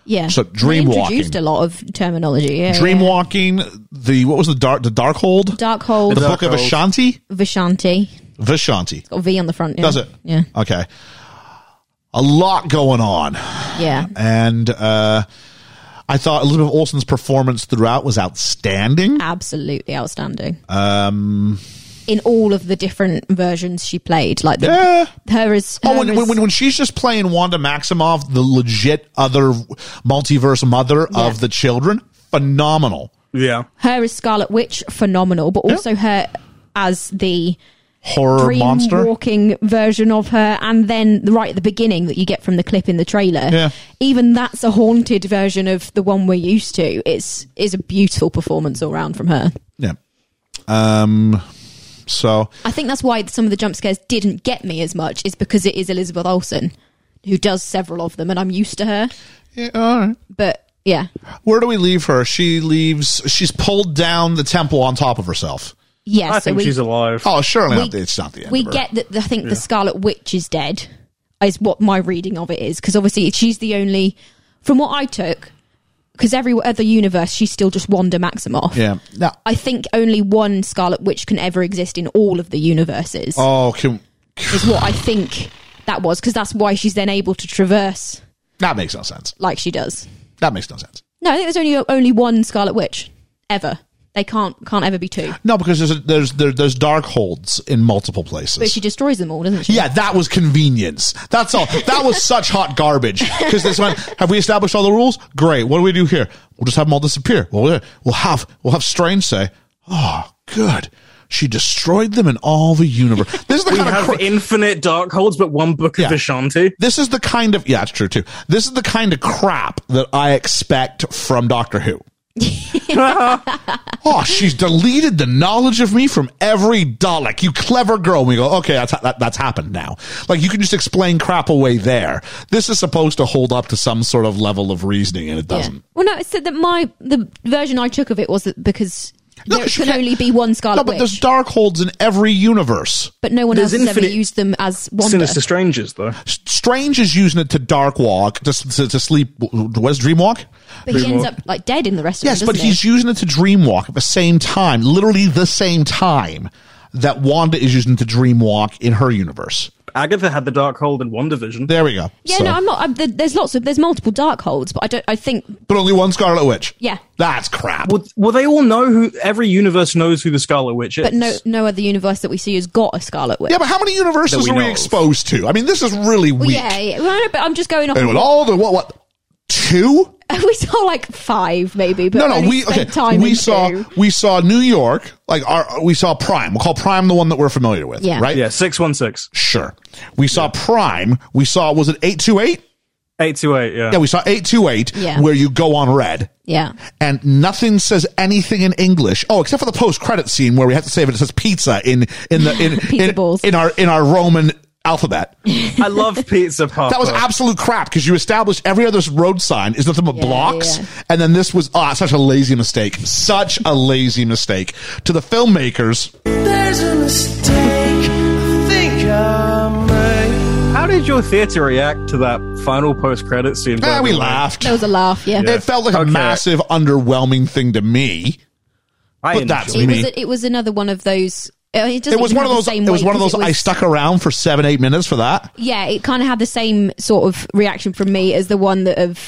Yeah. So, They introduced dreamwalking. a lot of terminology. Yeah. yeah. Dreamwalking, the what was the dark the Darkhold, Darkhold, the Book Dark- of Darkhold. Ashanti, Vishanti. Vishanti. Got a V on the front. Yeah. Does it? Yeah. Okay. A lot going on. Yeah. And uh, I thought Elizabeth Olsen's performance throughout was outstanding. Absolutely outstanding. Uh. Um. In all of the different versions she played, like the, Yeah. her is. Oh, her when, is- when, when, when she's just playing Wanda Maximoff, the legit other multiverse mother Yeah. of the children, phenomenal. Yeah. her as Scarlet Witch, phenomenal, but also her as the Horror dream monster. walking version of her, and then right at the beginning that you get from the clip in the trailer. Yeah. Even that's a haunted version of the one we're used to. It's is a beautiful performance all round from her. Yeah. Um. So I think that's why some of the jump scares didn't get me as much, is because it is Elizabeth Olsen who does several of them, and I'm used to her. yeah, all right. But yeah, Where do we leave her? She leaves. She's pulled down the temple on top of herself. yeah. I so think we, she's alive. Oh, surely We- not, it's not the end. we of her. get that the, I think the Scarlet Witch is dead, is what my reading of it is. Because obviously, she's the only, from what I took, because every other universe, she's still just Wanda Maximoff. Yeah. Now, I think only one Scarlet Witch can ever exist in all of the universes, oh, can, is what I think that was, because that's why she's then able to traverse that makes no sense. like she does. That makes no sense. No, I think there's only only one Scarlet Witch ever. They can't can't ever be two. No, because there's a, there's there, there's dark holds in multiple places. But she destroys them all, doesn't she? yeah, that was convenience. That's all. That was such hot garbage. Because this one, have we established all the rules? Great. What do we do here? We'll just have them all disappear. Well, we'll have we'll have Strange say, "Oh, good, she destroyed them in all the universe." This is the We kind of have cra- infinite dark holds, but one book Yeah. of Vishanti. this is the kind of yeah, it's true too. This is the kind of crap that I expect from Doctor Who. oh, she's deleted the knowledge of me from every Dalek. You clever girl. And we go, okay, that's that, that's happened now. Like you can just explain crap away there. This is supposed to hold up to some sort of level of reasoning, and it Yeah. doesn't. Well, no, it's that my the version I took of it was that because No, there she can can't- only be one Scarlet No, but there's Witch, dark holds in every universe. but no one else There's has ever infinite- used them as Wanda. Sinister Strangers, though. Strange is using it to dark walk, to, to, to sleep. What is dream walk? But he ends Dreamwalk. up like dead in the rest Yes, of it. but doesn't he's he? using it to dreamwalk at the same time, literally the same time that Wanda is using to dreamwalk in her universe. Agatha had the dark hold in One Division. There we go. Yeah, So- no, I'm not. I'm, there- there's lots of there's multiple dark holds, but I don't. I think but only one Scarlet Witch. Yeah. that's crap. Well, well, they all know who. Every universe knows who the Scarlet Witch is. but no no other universe that we see has got a Scarlet Witch. yeah, but how many universes we are know we of. exposed to? I mean, this is really Well, weak. yeah, yeah. Well, I know, but I'm just going off. And with all the what what two? we saw like five, maybe. But Oh. No, no, only we spent okay. Time we in saw two. we saw New York, like our we saw Prime. We'll call Prime the one that we're familiar with. Yeah. right. Yeah, 616. Sure. We saw Prime. We saw was it eight two eight? 828, yeah. Yeah, we saw eight two eight. Yeah. where you go on red. Yeah, and nothing says anything in English. Oh, except for the post-credit scene where we have to save it. It says pizza in in the in Pizza in, balls. in our in our Roman alphabet. I love Pizza Papa. That was absolute crap because you established every other road sign is nothing but Yeah, blocks, yeah. and then this was ah such a lazy mistake, such a lazy mistake to the filmmakers. There's a mistake I think I made. How did your theatre react to that final post credit scene? by Ah, the we way? laughed. that was a laugh. Yeah, It felt like a Okay. massive, underwhelming thing to me. I but that's enjoyed it it. me. was it was another one of those. uh, It, doesn't It was even one of have the those. same It was weight one of 'cause those. it I was- stuck around for seven, eight minutes for that. yeah, it kind of had the same sort of reaction from me as the one that of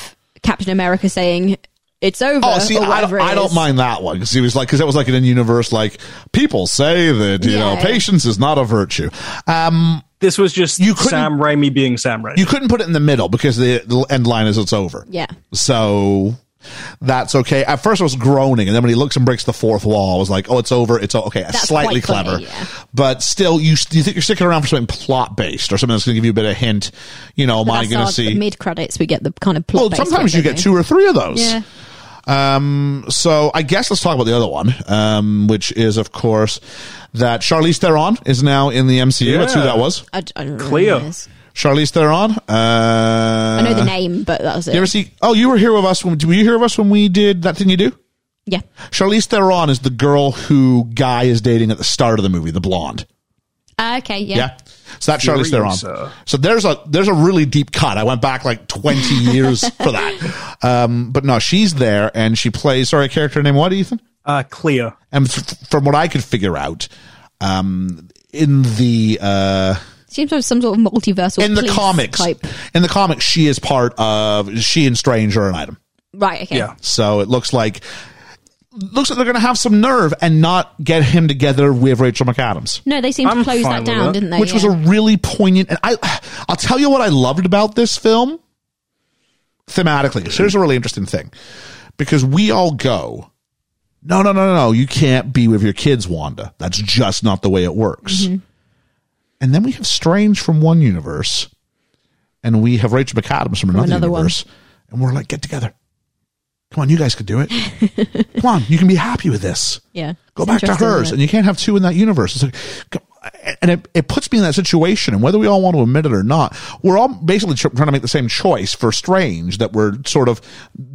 Captain America saying it's over. Oh, see, or I whatever don't, it I don't is. mind that one because he was like, because that was like an in-universe, like people say that you know Yeah. patience is not a virtue. This was just You couldn't- Sam Raimi being Sam Raimi. You couldn't put it in the middle because the, the end line is it's over. Yeah. So That's okay. At first, I was groaning, and then when he looks and breaks the fourth wall, I was like, "Oh, it's over. It's o- okay." That's slightly quite funny, clever, yeah. but still, you you think you're sticking around for something plot based or something that's going to give you a bit of hint. You know, am I That's going our- to the see? mid credits? We get the kind of plot. Well, sometimes you get two or three of those. Yeah. Um, so I guess let's talk about the other one, um, which is of course that Charlize Theron is now in the MCU. That's who Yeah. that was. I, d- I don't know who Cleo. it is. Charlize Theron. Uh, I know the name, but that was it. You ever see? Oh, you were here with us. When, were you here with us when we did that thing you do? yeah. Charlize Theron is the girl who Guy is dating at the start of the movie, the blonde. Ah, okay. Yeah. Yeah. So that's Charlize Theron. Furiosa. So there's a there's a really deep cut. I went back like 20 years for that. Um, but no, she's there and she plays. Sorry, character name what Ethan? Uh, Cleo. And f- from what I could figure out, um, in the uh, Seems to have some sort of multiversal in the police comics, type. in the comics, she is part of she and Strange are an item. Right. Okay. Yeah. So it looks like looks like they're going to have some nerve and not get him together with Rachel McAdams. No, they seem to I'm close fine that with down, that. didn't they? which was a Yeah. really poignant. And I, I'll tell you what I loved about this film thematically. So here's a really interesting thing because we all go, no, no, no, no, no, you can't be with your kids, Wanda. That's just not the way it works. Mm-hmm. And then we have Strange from one universe, and we have Rachel McAdams from another, another one. universe, and we're like, get together. Come on, you guys could do it. Come on, you can be happy with this yeah. go It's back to interesting, hers isn't and it? you can't have two in that universe it's like go- and it, it puts me in that situation and whether we all want to admit it or not we're all basically tr- trying to make the same choice for strange that we're sort of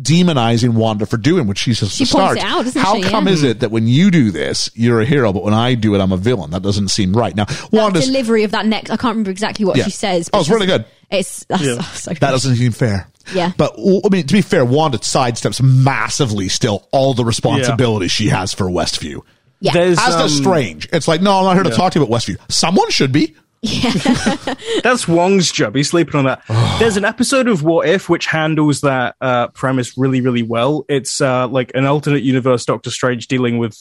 demonizing wanda for doing what she's just She a points start it out, doesn't how she? Yeah. come is it that when you do this you're a hero but when i do it i'm a villain that doesn't seem right now That wanda's delivery of that next. I can't remember exactly what Yeah. she says. Oh, it's but really good. It's that's, Yeah. that's so that good. doesn't seem fair Yeah. but w- i mean to be fair wanda sidesteps massively still all the responsibility she has for westview Yeah. There's, as does um, strange it's like no i'm not here to talk to you about westview someone should be That's Wong's job. He's sleeping on that. Oh. There's an episode of What If which handles that uh, premise really, really well. It's uh, like an alternate universe Doctor Strange dealing with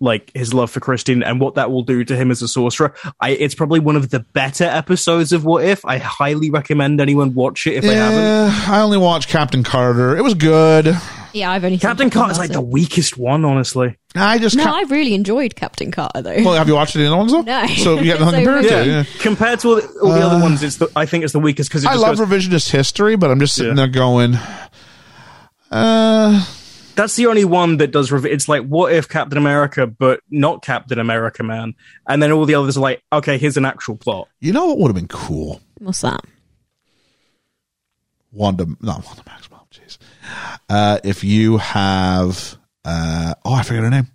like his love for Christine and what that will do to him as a sorcerer. I, it's probably one of the better episodes of What If. I highly recommend anyone watch it if they haven't. Yeah, Eh, I only watched Captain Carter. It was good. yeah, I've only seen Captain Carter's like the weakest one, honestly. I just No, ca- I really enjoyed Captain Carter though. well, have you watched it in Alonzo? No. So you got nothing to So compare it to. really- yeah. Uh. Compared to all the, all the other ones, it's the, I think it's the weakest because it I just love goes, revisionist history, but I'm just sitting Yeah. there going, uh, that's the only one that does rev- it's like what if captain america but not captain america man and then all the others are like okay here's an actual plot you know what would have been cool? What's that? Wanda, not Wanda Maxwell, jeez. Uh, if you have, uh, oh, I forget her name.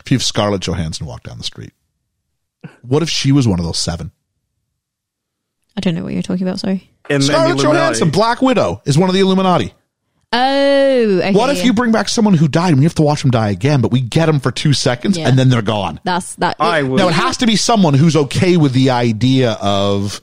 If you've Scarlett Johansson walk down the street, what if she was one of those seven? I don't know what you're talking about. Sorry. in, in the Scarlett Illuminati. Johansson, Black Widow, is one of the Illuminati. Oh, okay, What if yeah. you bring back someone who died and we have to watch them die again, but we get them for two seconds Yeah. and then they're gone? That's that. I would- Now, it has to be someone who's okay with the idea of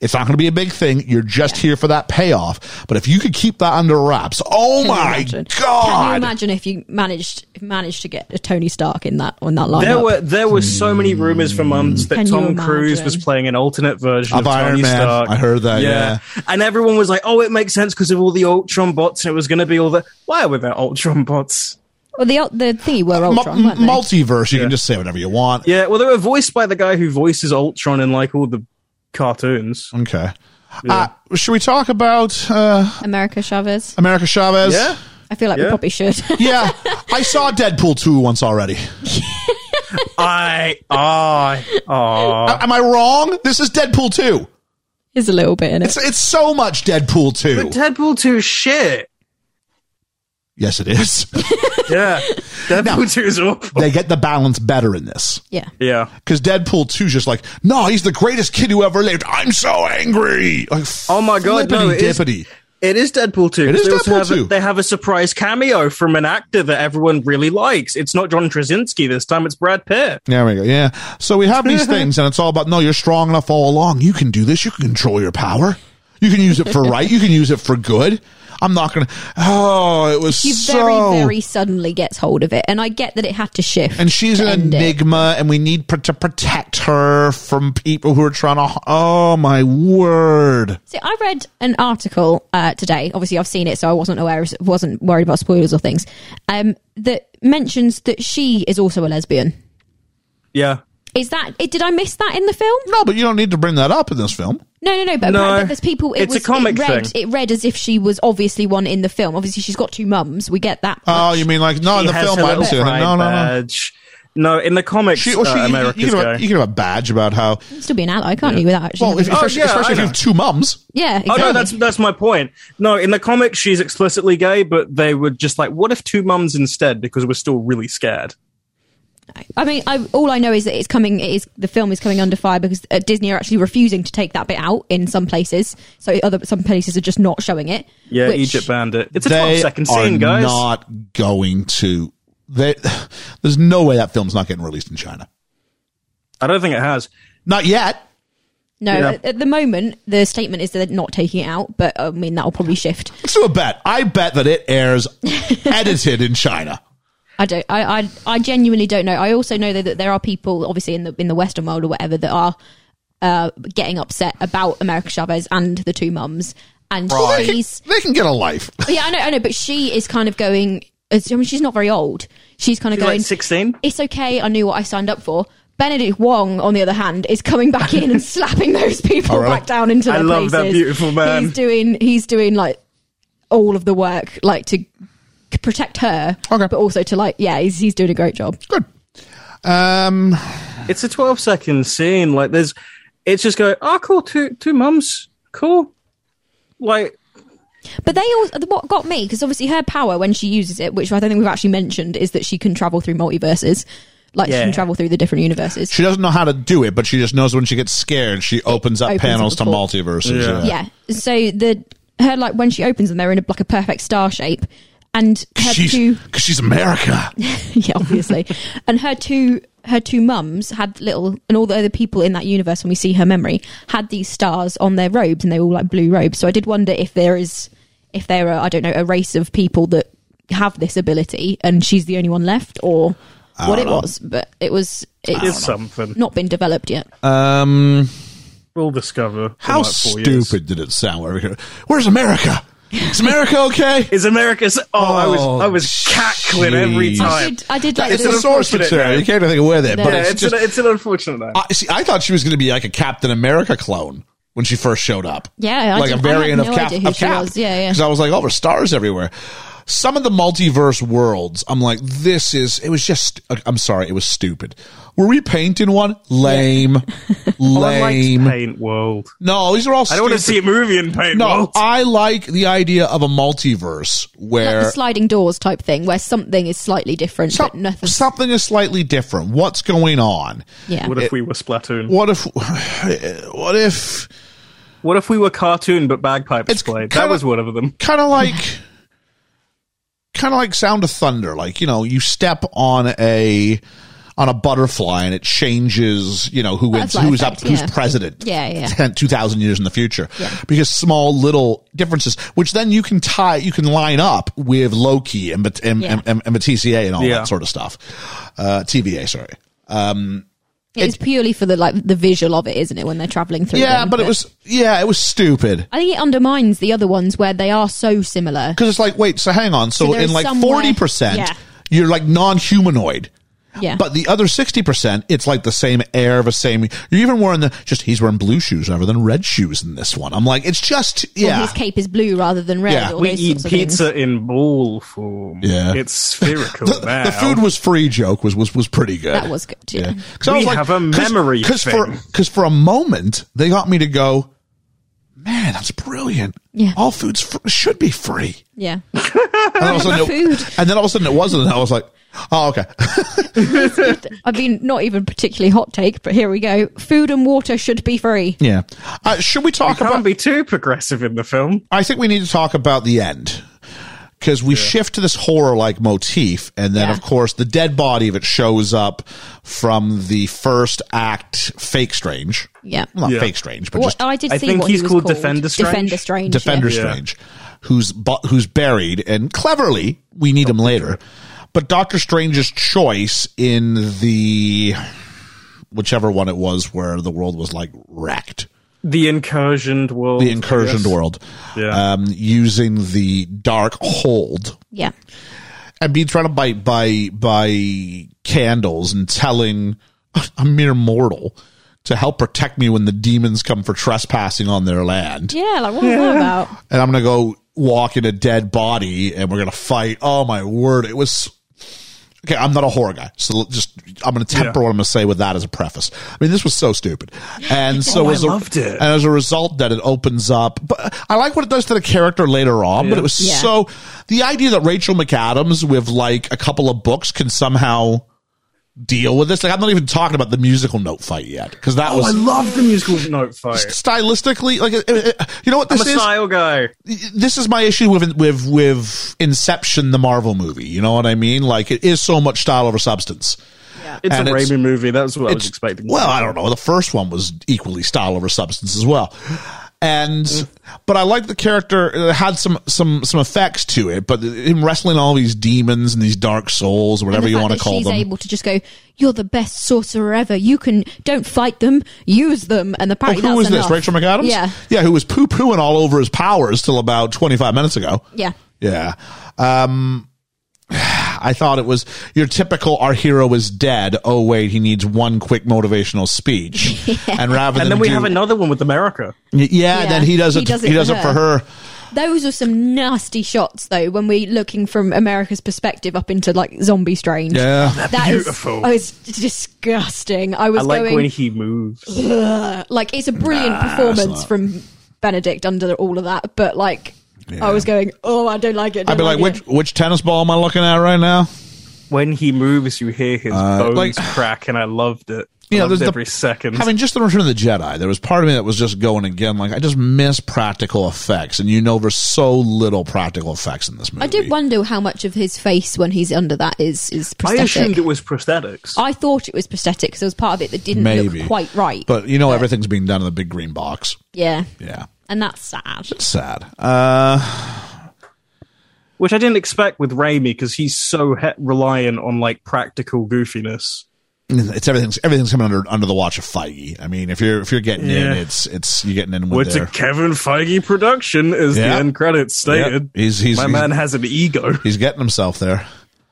it's not going to be a big thing. You're just here for that payoff. But if you could keep that under wraps, oh Can you my imagine? Can you God. imagine if you managed managed to get a Tony Stark in that on that lineup? there were there were so many rumors for months that Can you Tom imagine? Cruise was playing an alternate version Of of, Iron Tony Man. Stark. I heard that, and everyone was like, "Oh, it makes sense because of all the Ultron bots, and it was going to be all the why were there Ultron bots?" well, the the thingy were Mu- Ultron, weren't they? multiverse, you can just say whatever you want. Yeah, well, they were voiced by the guy who voices Ultron in like all the cartoons. Okay. Uh, should we talk about uh, America Chavez. America Chavez? Yeah, I feel like we Yeah. probably should. Yeah. I saw Deadpool 2 once already. I I oh. A- Am I wrong? This is Deadpool 2. Is a little bit in it. It's, it's so much Deadpool 2. But Deadpool 2 is shit. Yes, it is. Yeah. Deadpool 2 is awful. they get the balance better in this yeah. Yeah. because Deadpool 2 's just like, no, he's the greatest kid who ever lived. I'm so angry. Like, Oh my God, no, it is- dippity. It is Deadpool 2. It is they also Deadpool have a- 2. they have a surprise cameo from an actor that everyone really likes. It's not John Krasinski this time, it's Brad Pitt. There we go. Yeah. So we have these things, and it's all about no, you're strong enough all along. You can do this. You can control your power. You can use it for right. You can use it for good. I'm not gonna. Oh, it was She so. very, very suddenly gets hold of it, and I get that it had to shift. and she's to an end it. enigma, and we need pr- to protect her from people who are trying to. Oh my word! See, I read an article uh, today. Obviously, I've seen it, so I wasn't aware, wasn't worried about spoilers or things. Um, that mentions that she is also a lesbian. Yeah. Is that? It, did I miss that in the film? No, but you don't need to bring that up in this film. No, no, no. But No. apparently there's people. It It's a was, comic it read, thing. It read as if she was obviously one in the film. Obviously, she's got two mums. We get that. Oh, you mean like no in She the has film? her I don't little see that. pride No, no, no. badge. No, in the comics, She, well, she, uh, you- America's you, can gay. have, a- you can have a badge about how. You can still be an ally, can't you? Without actually. Well, if, having- Oh, especially, yeah, especially I if you know. have two mums. yeah. Oh Exactly. no, that's that's my point. No, in the comics, she's explicitly gay, but they were just like, "What if two mums instead?" Because we're still really scared. I mean, I, all I know is that it's coming. It is the film is coming under fire because uh, Disney are actually refusing to take that bit out in some places. So other some places are just not showing it. Yeah, which- Egypt banned it. It's a they 12 second are scene, guys. not going to. They, there's no way that film's not getting released in China. I don't think it has. Not yet. No, Yeah. at, at the moment the statement is that they're not taking it out, but I mean that'll probably shift. Let's do a bet. I bet that it airs edited in China. I don't. I, I I genuinely don't know. I also know that, that there are people, obviously in the in the Western world or whatever, that are uh, getting upset about America Chavez and the two mums. And They can, she's they can get a life. yeah, I know, I know, but she is kind of going. I mean, she's not very old. She's kind of She's going like 16. It's okay. I knew what I signed up for. Benedict Wong, on the other hand, is coming back in and slapping those people Oh, really? back down into I their love that places. beautiful man. He's doing. He's doing like all of the work, like to c- protect her, Okay. but also to like, yeah, he's he's doing a great job. Good. Um, It's a 12 second scene. Like, there's, it's just going, oh, cool, two, two mums, cool. Like, But they all what got me because obviously her power when she uses it, which I don't think we've actually mentioned, is that she can travel through multiverses. Like she Yeah. can travel through the different universes. she doesn't know how to do it, but she just knows when she gets scared, she opens up opens up panels the to port. multiverses. Yeah. yeah. So the her like when she opens them, they're in a, like a perfect star shape, and her two She's, 'cause she's America. yeah, obviously. and her two her two mums had little, and all the other people in that universe when we see her memory had these stars on their robes, and they were all like blue robes. So I did wonder if there is if there are I don't know a race of people that have this ability, and she's the only one left, or what it was. But it was it's it's something. not been developed yet. Um, We'll discover. in how like four years. stupid did it sound? Where we hear, Where's America? Is America okay? Is America's. Oh, I was, I was Oh, cackling every jeez. I time. did I did like it's the- a source unfortunate material. name. You can't even think of where they, but Yeah, it's, it's, just. an, it's an unfortunate name. I, see, I thought she was going to be like a Captain America clone when she first showed up. Yeah, I like a didn't- I had variant no of Cap. idea who of she Cap. was. Yeah, yeah. Because I was like, oh, there's stars everywhere. Some of the multiverse worlds, I'm like, this is. It was just. I'm sorry, it was stupid. Were we painting one? Lame, I liked lame. Paint World. No, these are all. I don't want to stupid. see a movie in Paint No, World. I like the idea of a multiverse like the where sliding doors type thing where something is slightly different, some- but nothing. something is slightly different. What's going on? yeah, what if we were Splatoon? What if? What if? What if we were cartoon but bagpipes It's played? kinda- That was one of them. kind of like kind of like sound of thunder like you know you step on a on a butterfly and it changes you know who wins Butterfly who's effect, up who's yeah. president Yeah, yeah. 10 2000 years in the future Yeah. because small little differences which then you can tie you can line up with loki and Bat- and, Yeah. and, and, and Batista and all Yeah. that sort of stuff uh tva sorry it's purely for the like the visual of it, isn't it? When they're traveling through. yeah them, but it was yeah it was stupid I think it undermines the other ones where they are so similar. because it's like wait so hang on so, So there in is like somewhere- 40% Yeah. you're like non-humanoid Yeah. But the other 60%, it's like the same air of a same. You're even wearing the, just he's wearing blue shoes rather than red shoes in this one. I'm like, it's just, Or yeah. his cape is blue rather than red. Yeah. or We those eat sorts of things. pizza in ball form. Yeah. It's spherical The, now. the food was free joke was, was, was pretty good. That was good. Yeah. Cause I We was have a memory Cause, for, thing. cause for a moment, they got me to go, man, that's brilliant. Yeah. All foods fr- should be free. Yeah. And then, all of a sudden it, Food. and then all of a sudden it wasn't. And I was like, oh, okay. I mean, not even particularly hot take, but here we go. Food and water should be free. yeah. Uh, should we talk about Can't be too progressive in the film. I think we need to talk about the end because we shift to this horror like motif. And then, Yeah. of course, the dead body of it shows up from the first act fake strange. Yeah. Well, not Yeah. fake strange, but What- just I did I see think what he he's was called Defender Strange. Defender Strange. Defender yeah. Yeah. Strange. who's bu- who's buried, and cleverly we need him later. But Doctor Strange's choice in the whichever one it was where the world was like wrecked The incursioned world. the I incursioned guess. world Yeah. um, using the dark hold Yeah. and being surrounded by by by candles and telling a mere mortal to help protect me when the demons come for trespassing on their land Yeah, like what's that about? and i'm gonna go walk in a dead body and we're gonna fight oh my word it was okay i'm not a horror guy so l- just i'm gonna temper Yeah. what i'm gonna say with that as a preface i mean this was so stupid and so Oh, I as a- loved it. and as a result that it opens up but i like what it does to the character later on but it was Yeah. so the idea that rachel mcadams with like a couple of books can somehow deal with this like i'm not even talking about the musical note fight yet because that Oh, I was love the musical note fight. stylistically like it- it- it- you know what I'm this a is style guy. this is my issue with with with inception the marvel movie you know what i mean like it is so much style over substance It's And a it's- Raimi movie. That's what I was it's- expecting. Well, I don't know. The first one was equally style over substance as well, and but I liked the character. It had some some some effects to it, but him wrestling all these demons and these dark souls, And whatever the you fact want to that call she's them. able to just go, you're the best sorcerer ever. You can don't fight them, use them, and Oh, apparently who that's was this? enough. Rachel McAdams. Yeah, yeah. Who was poo pooing all over his powers till about twenty five minutes ago. yeah. Yeah. Um, I thought it was your typical our hero is dead. Oh wait, he needs one quick motivational speech, and rather And than then we do- have another one with America. yeah, then he does it. He does it, for, her. Those were some nasty shots, though, when we're looking from America's perspective up into like zombie strange. Yeah, That is beautiful. I was disgusting. I was I like going when he moves. like it's a brilliant performance from Benedict under all of that, but like I was going, oh, I don't like it. I'd be don't like, like which which tennis ball am I looking at right now? When he moves, you hear his Uh, bones like- crack, and I loved it. You know, loved there's the- every second. Having just the Return of the Jedi, there was part of me that was just going again, like I just miss practical effects, and you know there's so little practical effects in this movie. I did wonder how much of his face when he's under that is is I prosthetic. I, assumed it was prosthetics. thought it was prosthetic because there was part of it that didn't maybe look quite right. but you know everything's being done in the big green box. yeah, Yeah, and that's sad. sad. Uh, which I didn't expect with Raimi because he's so he- reliant on like practical goofiness. it's everything's everything's coming under under the watch of Feige. I mean, if you're if you're getting Yeah. in, it's it's you're getting in with What's their- a Kevin Feige production? Is Oh, Yeah. the end credits stated? Yeah. He's- he's- my he's- man has an ego. he's getting himself there.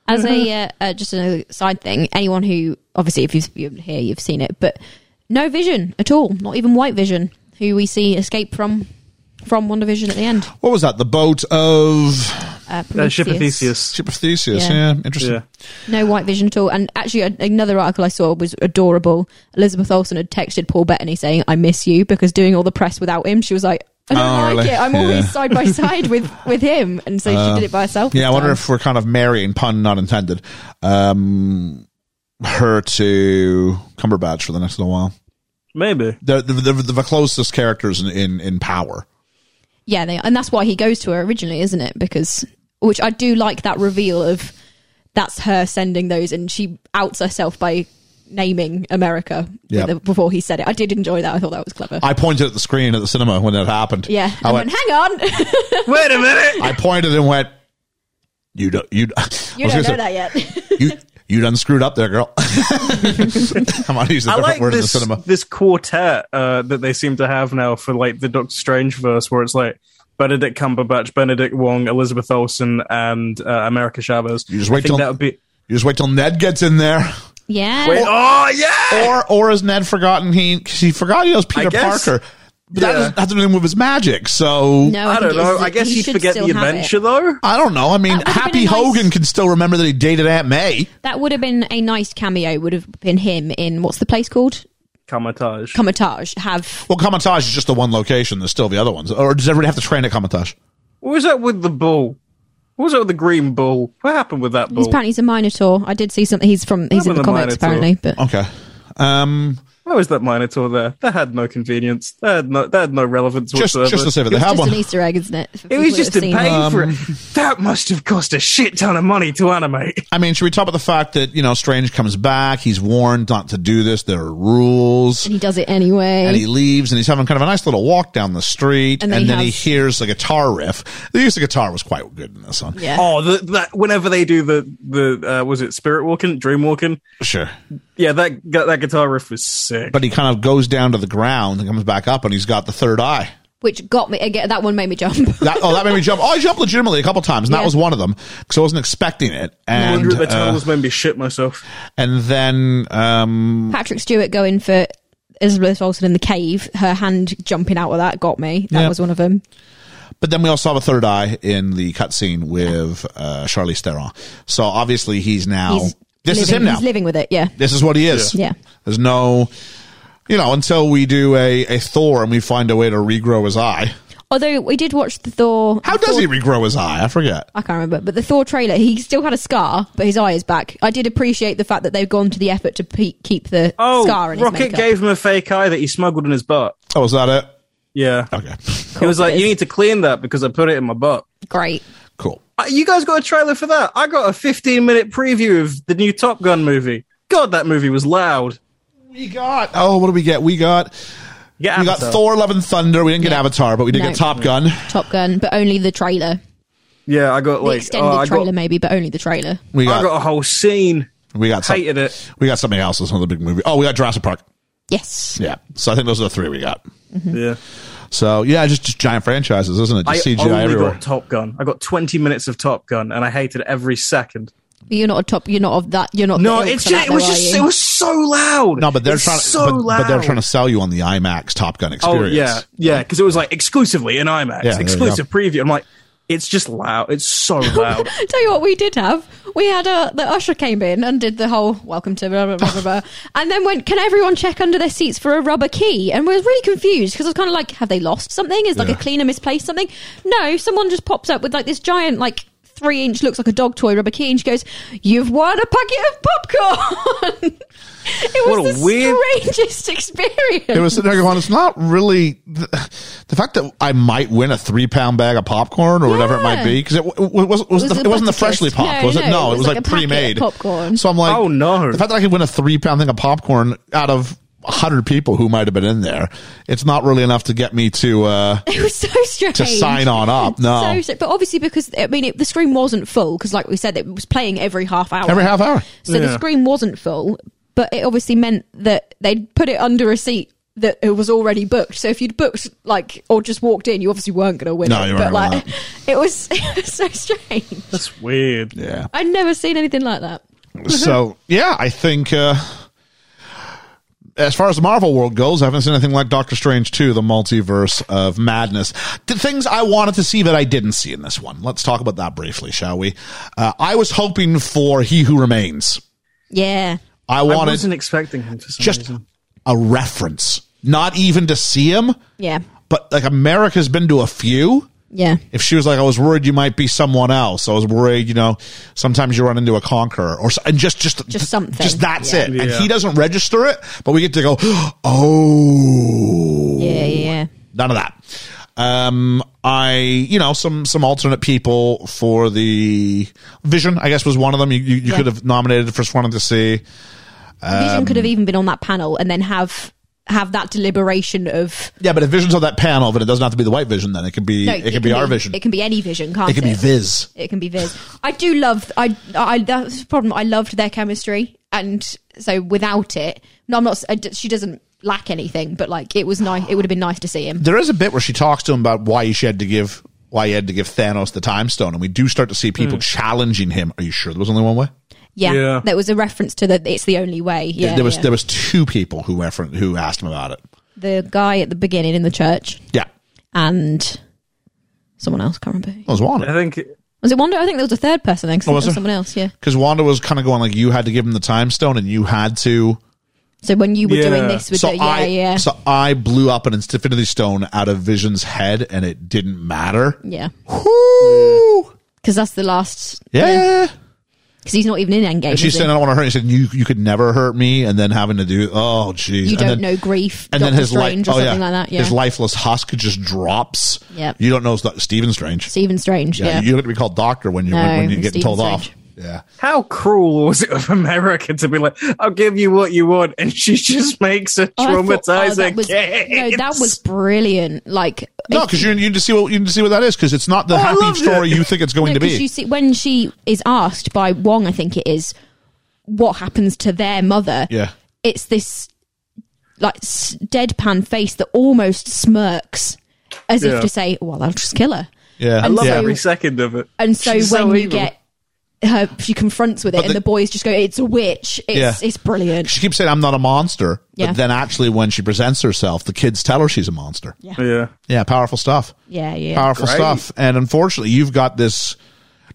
As a Mm-hmm. uh, uh, just another side thing, anyone who obviously if you've, you're here you've seen it, but no vision at all, not even white vision, who we see escape from from One Division at the end. What was that? The boat of Uh, Uh, Ship of Prometheus. Theseus. Ship of Theseus. Yeah, Yeah. interesting. Yeah. No white vision at all. And actually, a- another article I saw was adorable. Elizabeth Olsen had texted Paul Bettany saying, "I miss you" because doing all the press without him, she was like, "I don't Oh, like really? it. I'm Yeah. always side by side with with him," and so she did it by herself. Yeah, I this wonder time. if we're kind of marrying pun not intended, um, her to Cumberbatch for the next little while. Maybe They're, they're, they're the closest characters in in, in power. yeah, they, and that's why he goes to her originally, isn't it? Because which I do like that reveal of that's her sending those, and she outs herself by naming America Yeah. with the- before he said it. I did enjoy that. I thought that was clever. I pointed at the screen at the cinema when that happened. yeah, I I went. went, hang on, Wait a minute. I pointed and went. You don't. You. I you was don't know gonna say, that yet. You you done screwed up there, girl. I might use a I different like word this in the cinema. this quartet uh, that they seem to have now for like the Doctor Strange verse, where it's like Benedict Cumberbatch, Benedict Wong, Elizabeth Olsen, and uh, America Chavez. You just wait I think till- that would be. You just wait till Ned gets in there. yeah, Wait, oh yeah. or or has Ned forgotten he 'cause he forgot he was Peter guess. Parker? But that Yeah. doesn't have anything with his magic. So No, I think don't it know. is- I guess he'd should forget the still have it. adventure though. I don't know. I mean, That would've Happy Uh, been a nice- Hogan can still remember that he dated Aunt May. That would have been a nice cameo. Would have been him in what's the place called? Kamatage. Comatage. Have Well, Kamatage is just the one location. There's still the other ones. Or does everybody have to train at Kamatage? What was that with the bull? What was that with the green bull? What happened with that he's bull? apparently he's a Minotaur. I did see something. He's from he's Happened in the to comics Minotaur. apparently, but Okay. Um, Why was that Minotaur there? That had no convenience. That had no, that had no relevance Just, whatsoever. just to say that they It's have just one. an e- Easter egg, isn't it? For Oh, it was people just that to have seen pay it. for it. That must have cost a shit ton of money to animate. I mean, should we talk about the fact that you know Strange comes back? He's warned not to do this. There are rules, And he does it anyway. and he leaves, and he's having kind of a nice little walk down the street, and, And then he then he has- hears the guitar riff. The use of guitar was quite good in this one. yeah. Oh, the, that whenever they do the the uh, was it Spirit Walking, Dream Walking? sure. Yeah, that gu- that guitar riff was sick. But he kind of goes down to the ground and comes back up, and he's got the third eye. Which got me again. That one made me jump. That, oh, that made me jump. Oh, I jumped legitimately a couple times, and that Yeah. was one of them because I wasn't expecting it. I And wonder if the uh, titles made me shit myself. and then um, Patrick Stewart going for Elizabeth Olsen in the cave. Her hand jumping out of that got me. That Yeah. was one of them. But then we also have a third eye in the cutscene with uh, Charlize Theron. So obviously he's now. He's this is living- him now. He's living with it. Yeah. This is what he is. Yeah. Yeah. There's no, you know, until we do a, a Thor and we find a way to regrow his eye. Although we did watch the Thor. How does Thor- he regrow his eye? I forget. I can't remember, but the Thor trailer, he still had a scar, but his eye is back. I did appreciate the fact that they've gone to the effort to pe- keep the Oh, scar in his Rocket makeup. gave him a fake eye that he smuggled in his butt. Oh, is that it? Yeah, Okay. he was it like, is. "You need to clean that because I put it in my butt." Great. Cool. Uh, You guys got a trailer for that? I got a 15 minute preview of the new Top Gun movie. God, that movie was loud. We got, oh, what do we get? We got, Yeah, we got Thor, Love and Thunder. We didn't get Yeah. Avatar, but we did No. get Top Gun. Top Gun, but only the trailer. Yeah, I got The like extended oh, I, trailer, got, maybe, but only the trailer. We I got, got a whole scene. we got some, Hated it. We got something else. That's another big movie. Oh, we got Jurassic Park. Yes. Yeah. So I think those are the three we got. Yeah, So yeah, just, just giant franchises, isn't it? I Just CGI only everywhere. got Top Gun. I got 20 minutes of Top Gun, and I hated every second. But you're not a top. You're not of that. You're not. No, the ilk it's for just, that, it was though, are just you? it was so loud. no, but they're It's trying. so but, loud. but they're trying to sell you on the IMAX Top Gun Oh experience. yeah, yeah, because it was like exclusively in IMAX, there you exclusive preview. I'm like, it's just loud. It's so loud. Tell you what, we did have. We had a the usher came in and did the whole welcome to blah blah blah blah, blah and then went. Can everyone check under their seats for a rubber key? And we were really confused because I was kind of like, have they lost something? Is like Yeah. a cleaner misplaced something? No, someone just pops up with like this giant like. Three inch looks like a dog toy rubber key, and she goes, "You've won a packet of popcorn." it was What a the weird- strangest experience. It was sitting there going, it's not really the, the fact that I might win a three pound bag of popcorn or whatever it might Yeah. be because it, w- w- was, was It was the, a it wasn't the bucket freshly list. popped, No, was it? no, no, it was like, a packet pre of made popcorn. So I'm like, Oh, no. The fact that I could win a three pound thing of popcorn out of hundred people who might have been in there, it's not really enough to get me to uh, It was so strange. to sign on up. No, So, but obviously because I mean it, the screen wasn't full because like we said it was playing every half hour. every half hour. So Yeah. the screen wasn't full, but it obviously meant that they'd put it under a seat that it was already booked. So if you'd booked like or just walked in, you obviously weren't going to win No, it. you weren't but gonna like win it was, it was so strange. That's weird. Yeah. I'd never seen anything like that. so yeah, I think uh, as far as the Marvel world goes, I haven't seen anything like Doctor Strange two, the multiverse of madness. The things I wanted to see that I didn't see in this one. Let's talk about that briefly, shall we? Uh, I was hoping for He Who Remains. Yeah. I I wanted wasn't expecting him for some just reason. a reference, not even to see him, Yeah. but like America's been to a few. Yeah. If she was like, I was worried you might be someone else. I was worried, you know, sometimes you run into a conqueror or so- and just just Just something. Just that's Yeah. it. And Yeah. he doesn't register it, but we get to go, oh, Yeah. Yeah. none of that. Um, I, you know, some some alternate people for the Vision, I guess, was one of them. You you, you Yeah. could have nominated for someone to see. Vision could have um, even been on that panel and then have have that deliberation of Yeah, but if Vision's on that panel, then it doesn't have to be the White Vision. Then it could be No, it, could be, our Vision. It can be any vision, can't It it? could be Viz. It can be Viz. I do love. I. I. That's the problem. I loved their chemistry, and so without it, no, I'm not. I d she doesn't lack anything, but like it was nice. It would have been nice to see him. there is a bit where she talks to him about why she had to give why he had to give Thanos the time stone, and we do start to see Hmm. people challenging him. Are you sure there was only one way? Yeah, Yeah. that was a reference to the. It's the only way. Yeah, there was yeah. there was two people who refer- who asked him about it. the guy at the beginning in the church Yeah, and someone else. Can't remember. who. it was I Wanda think Was it Wanda? I think there was a third person. Then 'cause Oh, I was think there was there? someone else. Yeah. because Wanda was kind of going like you had to give him the time stone, and you had to. So when you were Yeah. doing this with So the yeah I yeah so I blew up an infinity stone out of Vision's head, and it didn't matter. yeah Whoo! Hmm. because that's the last Yeah. because he's not even in Endgame. And she is he? said, "I don't want to hurt." you." He said, "You you could never hurt me," and then having to do, oh jeez, you And don't then- know grief. And then Doctor his life, Strange or something like that. Yeah, his lifeless husk just drops. Yep. you don't know it's not Stephen Strange. Stephen Strange. yeah, Yeah, you don't get to be called doctor when you No, when, when you get Stephen told off. Strange. Yeah, How cruel was it of America to be like, "I'll give you what you want," and she just makes a Oh, I thought- oh, traumatizing that was, no, that was brilliant. Like no, if- because you you need to see what you need to see what that is because it's Oh, not the I happy loved story it. you think it's going to No, 'cause be. You see, when she is asked by Wong, I think it is, what happens to their mother? yeah, It's this like s- deadpan face that almost smirks, as Yeah. if to say, "Well, I'll just kill her." yeah, I love yeah. so- every second of it. And so She's when you evil. get her, she confronts with it, and the- the boys just go, "It's a witch." It's Yeah. it's brilliant. She keeps saying, "I'm not a monster," Yeah. but then actually, when she presents herself, the kids tell her she's a monster. Yeah, yeah, powerful stuff. Yeah, yeah. powerful Great. stuff. And unfortunately, you've got this.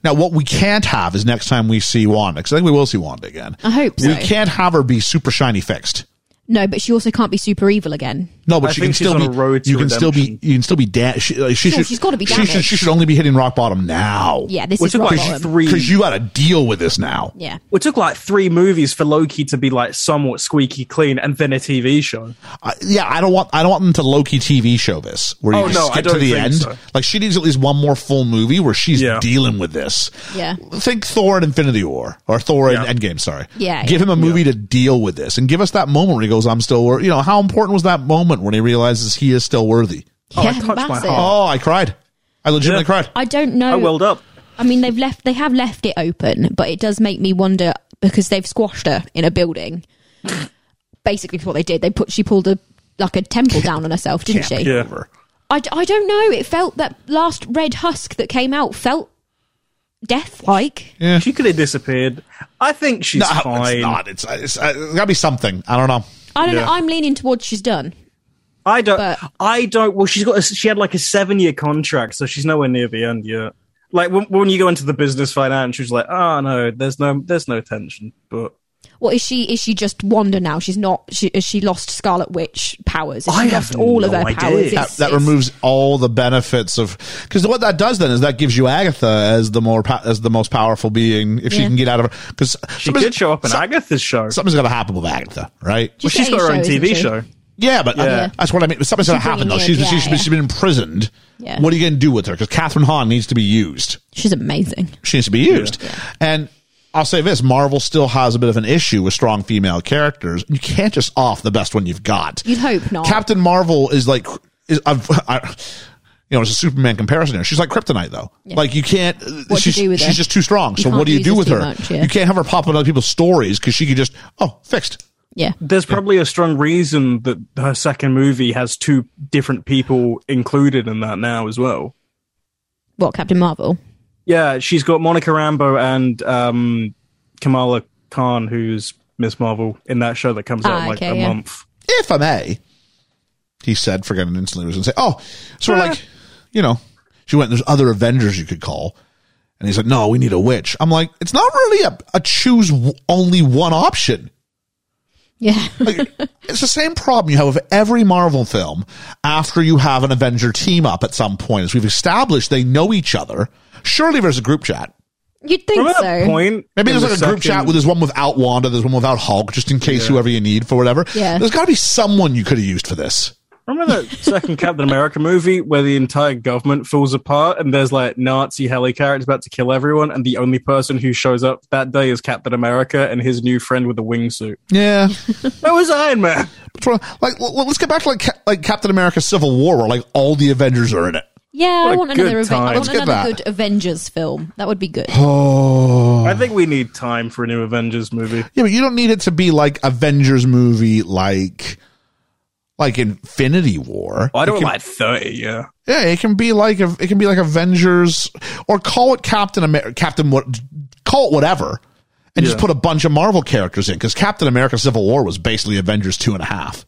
Now, what we can't have is next time we see Wanda, because I think we will see Wanda again. I hope so. We can't have her be super shiny fixed. No, but she also can't be super evil again. No, but I she think can she's still on be. a road to you can still be. redemption. You can still be. Da- she, like, she Sure, should. she's gotta be She damaged. should, she should only be hitting rock bottom now. Yeah, this We is took rock like bottom. three- because you got to deal with this now. Yeah. Well, It took like three movies for Loki to be like somewhat squeaky clean, and then a TV show. I, yeah, I don't want. I don't want them to Loki TV show this where you Oh, just no, I skip to don't the think end. so. Like she needs at least one more full movie where she's Yeah. dealing with this. Yeah. Think Thor and Infinity War or Thor Yeah. and Endgame. Sorry. Yeah, Give yeah. him a movie to deal with this and give us that moment where he goes, "I'm still worthy." You know how important was that moment when he realizes he is still worthy? Oh, Oh, I Yeah, touched my that's it. heart. Oh, I cried. I legitimately Yeah. cried. I don't know. I welled up. I mean, they've left. They have left it open, but it does make me wonder because they've squashed her in a building. Basically, is what they did. They put. She pulled a like a temple down on herself, didn't she? Yeah. Over. I, d- I don't know. It felt that last red husk that came out felt death like. She could have disappeared. I think she's No, fine. it's not. It's, it's, uh, it's got to be something. I don't know. I don't Yeah. know. I'm leaning towards she's done. I don't. But- I don't. Well, she's got. A, she had like a seven-year contract, so she's nowhere near the end yet. Like when, when you go into the business financials, like, oh no, there's no, there's no tension. But What is she? Is she just Wanda now? She's not. She has she lost Scarlet Witch powers? Has I she have lost all of no her idea. powers? that, It's- that it's- removes all the benefits of because what that does then is that gives you Agatha as the more pa- as the most powerful being if she Yeah. can get out of her because she did show up in Agatha's show. something's going to happen with Agatha right She's she's got got a her own show, TV isn't she? show. yeah but uh, Yeah. that's what I mean something's going to She's happen though bringing she's, in- yeah, she's, been- yeah. she's been imprisoned Yeah. what are you going to do with her because Catherine Hahn needs to be used She's amazing. she needs to be used and I'll say this Marvel still has a bit of an issue with strong female characters you can't just off the best one you've got You'd hope not. Captain Marvel is like is I've, I, you know it's a Superman comparison here. She's like kryptonite though. Like you can't. uh, What to she's do with she's her. just too strong. You so what can't do you use do her with too her? much, yeah. You can't have her pop on other people's stories because she could just oh fixed. yeah. There's probably a strong reason that her second movie has two different people included in that now as well. What Captain Marvel? Yeah, she's got Monica Rambo and um, Kamala Khan, who's Miss Marvel in that show that comes out Ah, in like okay, a yeah. month. If I may, he said, forgetting instantly what he was going to say. Oh, sort of Ah. like you know. She went. There's other Avengers you could call. And he's like, no, we need a witch. I'm like, it's not really a, a choose w- only one option. Yeah. It's the same problem you have with every Marvel film after you have an Avenger team up at some point. As we've established, they know each other. Surely there's a group chat. You'd think From that so. point, Maybe in there's the like a group second- chat with there's one without Wanda, there's one without Hulk, just in case whoever you need for whatever. Yeah. There's got to be someone you could have used for this. Remember that second Captain America movie where the entire government falls apart and there's like Nazi helicarriers about to kill everyone, and the only person who shows up that day is Captain America and his new friend with a wingsuit. Yeah. That was Iron Man. What's wrong? like, l- l- let's get back to like, Ca- like Captain America Civil War, where like all the Avengers are in it. Yeah, What I a want good another. Aven- time. I Let's want get another that. good Avengers film. That would be good. I think we need time for a new Avengers movie. Yeah, but you don't need it to be like Avengers movie, like, like Infinity War. I It don't can- like thirty. Yeah, Yeah, it can be like it can be like Avengers, or call it Captain America, Captain what, call it whatever, and just Yeah. put a bunch of Marvel characters in because Captain America: Civil War was basically Avengers two and a half.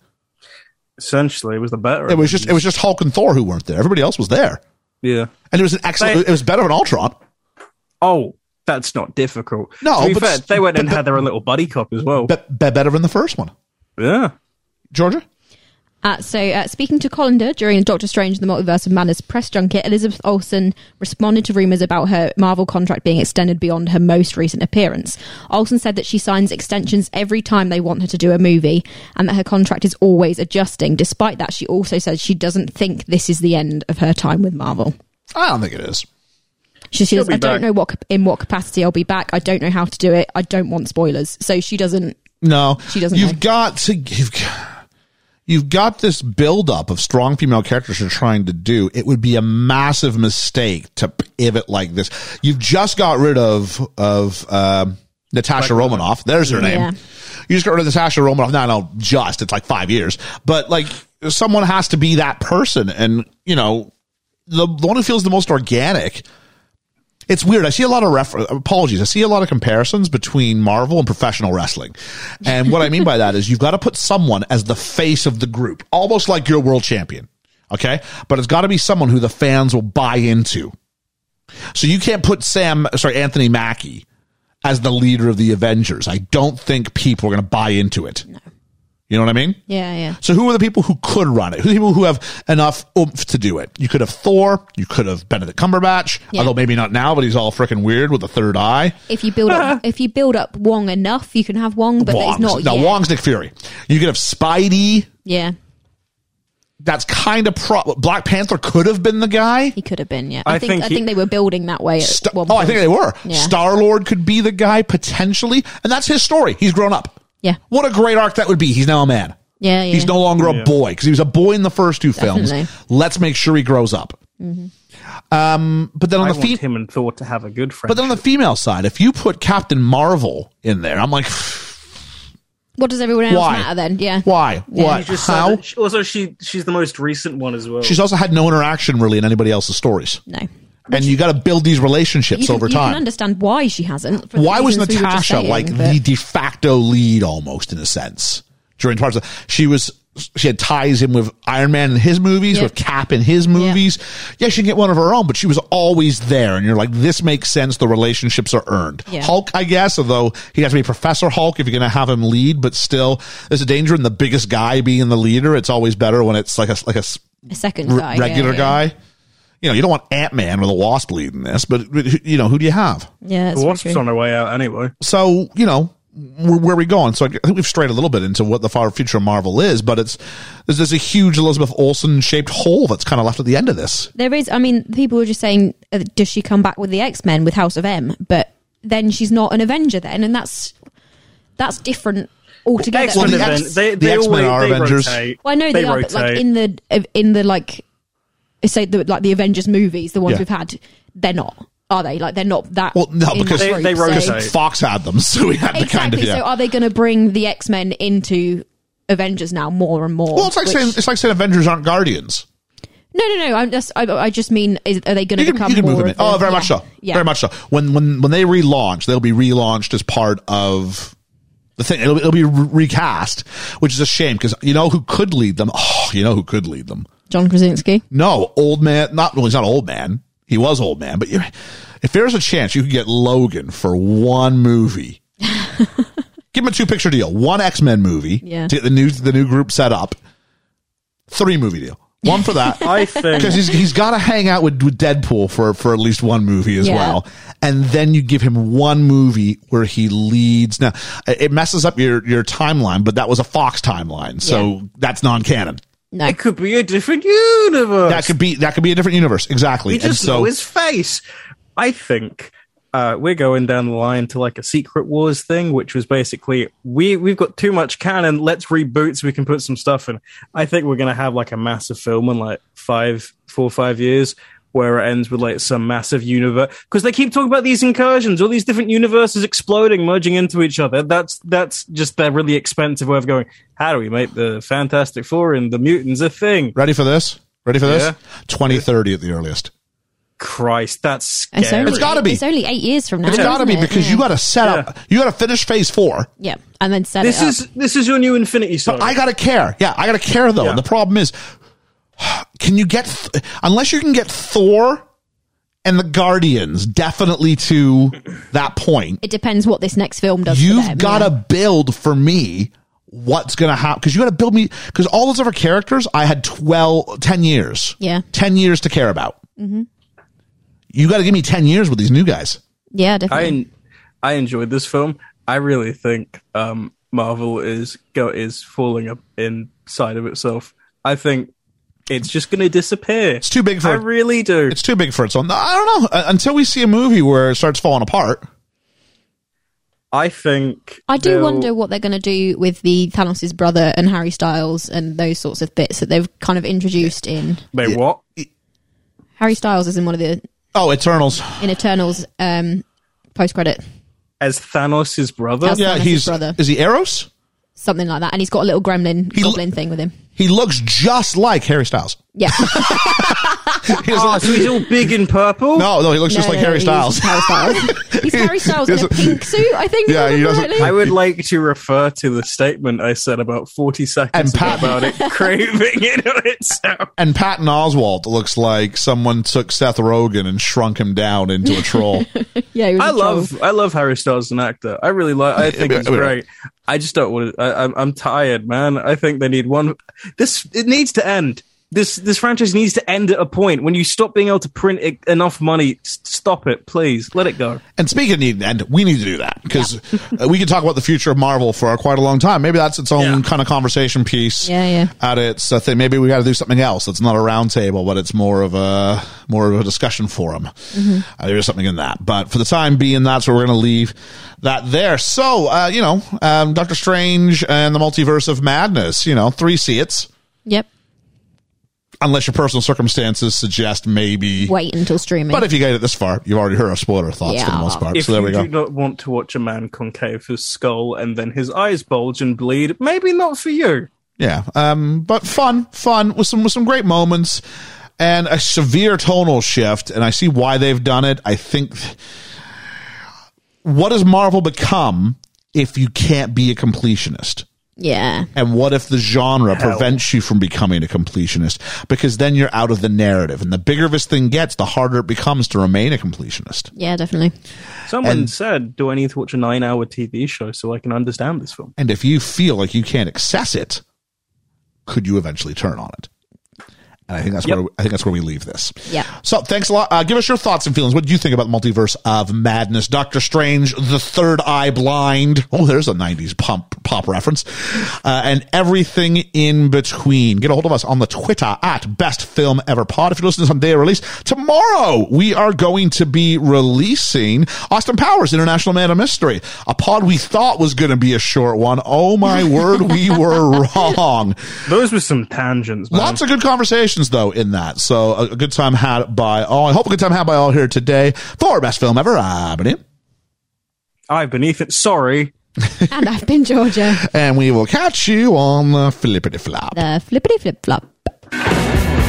essentially, it was the better. It was just it was just Hulk and Thor who weren't there. Everybody else was there, yeah. and it was an excellent. But- It was better than Ultron. Oh, that's not difficult. No, to be but- fair, they went and but- had their own little buddy cop as well. But, but better than the first one, yeah, Georgia. Uh, so, uh, speaking to Collender during a Doctor Strange and the Multiverse of Madness press junket, Elizabeth Olsen responded to rumours about her Marvel contract being extended beyond her most recent appearance. Olsen said that she signs extensions every time they want her to do a movie and that her contract is always adjusting. Despite that, she also says she doesn't think this is the end of her time with Marvel. I don't think it is. She says, be "I back. don't know what cap- in what capacity I'll be back. I don't know how to do it. I don't want spoilers." So she doesn't. No, She doesn't You've know. got to. You've got, you've got this buildup of strong female characters you're trying to do. It would be a massive mistake to pivot like this. You've just got rid of of um Natasha Romanoff. There's her name. Yeah. You just got rid of Natasha Romanoff. No, no, just it's like five years, but like someone has to be that person, and you know, the, the one who feels the most organic it's weird. I see a lot of refer- apologies. I see a lot of comparisons between Marvel and professional wrestling. And what I mean by that is you've got to put someone as the face of the group, almost like your world champion. Okay. But it's got to be someone who the fans will buy into. So you can't put Sam, sorry, Anthony Mackie as the leader of the Avengers. I don't think people are going to buy into it. You know what I mean? Yeah, yeah. So who are the people who could run it? Who are the people who have enough oomph to do it? You could have Thor. You could have Benedict Cumberbatch. Yeah. Although maybe not now, but he's all freaking weird with a third eye. If you build up, if you build up Wong enough, you can have Wong, but it's not Wong's, now yet. Wong's Nick Fury. You could have Spidey. Yeah, That's kind of pro. Black Panther could have been the guy. he could have been. Yeah, I, I think, think I he- think they were building that way. At Sta- one oh, I think point. they were. Yeah. Star Lord could be the guy potentially, and that's his story. He's grown up. Yeah. What a great arc that would be. He's now a man. Yeah, yeah. He's no longer a boy because he was a boy in the first two films. Definitely. Mm-hmm. Let's make sure he grows up. Um, but then on I the want fe- him and Thor to have a good friend. but then on the female side, if you put Captain Marvel in there, I'm like, What does everyone else why? matter then? Yeah. Why? Yeah. What? You How? also, she she's the most recent one as well. She's also had no interaction really in anybody else's stories, No. and you got to build these relationships You can, over you can time. understand why she hasn't. for the Why was reasons we were just Natasha saying, like but- the de facto lead almost in a sense during parts of she was she had ties in with Iron Man in his movies, Yeah. with Cap in his movies. Yeah. she can get one of her own, but she was always there, and you're like, this makes sense. The relationships are earned. Yeah. Hulk, I guess, although he has to be Professor Hulk if you're going to have him lead, but still, there's a danger in the biggest guy being the leader. It's always better when it's like a like a s- a second r- guy, yeah, regular yeah. guy. You know, you don't want Ant Man or the Wasp leading this, but, but who- you know, who do you have? Yeah, that's the very wasp's true. on her way out anyway. so you know where, where are we going so i think we've strayed a little bit into what the far future of marvel is but it's there's, there's a huge elizabeth olsen shaped hole that's kind of left at the end of this There is. I mean, people were just saying, uh, does she come back with the X Men with House of M? But then she's not an Avenger then, and that's that's different altogether. X-Men Well, the event- X- they, the they X-Men always- are they Avengers. rotate. Well, I know they, are, but like in the in the like, say the like the Avengers movies, the ones Yeah. we've had, they're not, are they? Like they're not that. well no in because that They- group, they so- rotate. because fox had them so we had to Exactly. kind of yeah So uh, are they going to bring the X Men into Avengers now more and more? well it's like Which- saying it's like saying avengers aren't guardians no, no, no. I'm just I, I just mean is, are they going you to can, become you can more move them in. of the- oh very yeah, much so Yeah. very much so when when when they relaunch they'll be relaunched as part of the thing it'll, it'll be re- recast which is a shame because you know who could lead them oh you know who could lead them John Krasinski. No, old man. Not well. He's not old man. He was old man. But you, if there's a chance you could get Logan for one movie, give him a two picture deal. One X Men movie Yeah. to get the new the new group set up. Three movie deal. One for that. I think because he's, he's got to hang out with, with Deadpool for, for at least one movie as Yeah. well. And then you give him one movie where he leads. Now, it it messes up your, your timeline, but that was a Fox timeline. So that's non canon. No. it could be a different universe. That could be that could be a different universe, exactly. You and just so know his face. I think uh, we're going down the line to like a Secret Wars thing, which was basically we we've got too much canon. Let's reboot so we can put some stuff in. I think we're gonna have like a massive film in like five, four, five years. Where it ends with like some massive universe, because they keep talking about these incursions, all these different universes exploding, merging into each other. That's that's just their really expensive way of going. How do we make the Fantastic Four and the mutants a thing? ready for this? Ready for this? Yeah. 2030 at the earliest. Christ, that's scary. It's only, It's gotta be. It's only eight years from now. It's got to isn't be it? because yeah. you got to set up, you got to finish phase four. Yeah, and then set This it up. is this is your new Infinity Saga. I got to care. Yeah, I got to care though. Yeah. And the problem is, can you get, th- unless you can get Thor and the Guardians definitely to that point, It depends what this next film does. for you've them, got to yeah. build for me what's going to happen. Because you got to build me. Because all those other characters, I had 12, 10 years. Yeah. Mm-hmm. 10 years to care about. You got to give me 10 years with these new guys. Yeah, I definitely. en- I enjoyed this film. I really think um, Marvel is go is falling up inside of itself. I think it's just going to disappear. It's too big for- I really do. It's too big for its own. I don't know. Uh, Until we see a movie where it starts falling apart. I think I do they'll- wonder what they're going to do with the Thanos' brother and Harry Styles and those sorts of bits that they've kind of introduced in. Wait, what? Harry Styles is in one of the Oh, Eternals. in Eternals um, post credit, As Thanos' brother? That's- Yeah, Thanos' he's. brother. Is he Eros? something like that, and he's got a little gremlin He lo- goblin thing with him. He looks just like Harry Styles. Yeah, He doesn't Oh, look- so he's all big and purple? no, no, he looks just No, like no, Harry he's Styles. Harry Styles. he's Harry Styles in a doesn't- pink suit, I think. Yeah, Yeah, he he doesn't- I would like to refer to the statement I said about 40 seconds And ago Pat- about it craving it on itself. and Patton Oswald looks like someone took Seth Rogen and shrunk him down into a troll. yeah, he was I a troll. love I love Harry Styles as an actor. I really like. I think yeah, he's yeah. great. I just don't want to. I, I'm I'm tired, man. I think they need one. This it needs to end. This this franchise needs to end at a point when you stop being able to print e- enough money. s- Stop it, please. Let it go. and speaking of needing to end, we need to do that because uh we can talk about the future of Marvel for quite a long time. Maybe that's its own Yeah. kind of conversation piece. Yeah, yeah. At its uh, thing, maybe we got to do something else. It's not a roundtable, but it's more of a more of a discussion forum. Mm-hmm. Uh, there's something in that, but for the time being, that's where we're going to leave that there. So, uh, you know, um, Doctor Strange and the Multiverse of Madness. You know, three seats. Yep. unless your personal circumstances suggest maybe. Wait until streaming. But if you get it this far, you've already heard our spoiler thoughts for the Yeah. most part. If so there you we do go. not want to watch a man concave his skull and then his eyes bulge and bleed, maybe not for you. Yeah. Um, but fun, fun with some with some great moments and a severe tonal shift. And I see why they've done it. I think. What does Marvel become if you can't be a completionist? yeah, And what if the genre prevents you from becoming a completionist? Because then you're out of the narrative. And the bigger this thing gets, the harder it becomes to remain a completionist. yeah, definitely. Someone And- said, "Do I need to watch a nine-hour TV show so I can understand this film?" And if you feel like you can't access it, could you eventually turn on it? And I think that's Yep. where I think that's where we leave this. Yeah. So thanks a lot. Uh, give us your thoughts and feelings. What do you think about the multiverse of madness? Doctor Strange, the third eye blind. Oh, there's a '90s pump pop reference, uh, and everything in between. Get a hold of us on the Twitter at Best Film Ever Pod. If you're listening to this on day of release tomorrow, we are going to be releasing Austin Powers International Man of Mystery, a pod we thought was going to be a short one. Oh my word, we were wrong. Those were some tangents. Man. Lots of good conversations though in that. So a, a good time had by all. I hope a good time had by all here today for best film ever. I've been Ian, I've been Ethan. Sorry. and I've been Georgia. and we will catch you on the flippity flop. The flippity flip flop.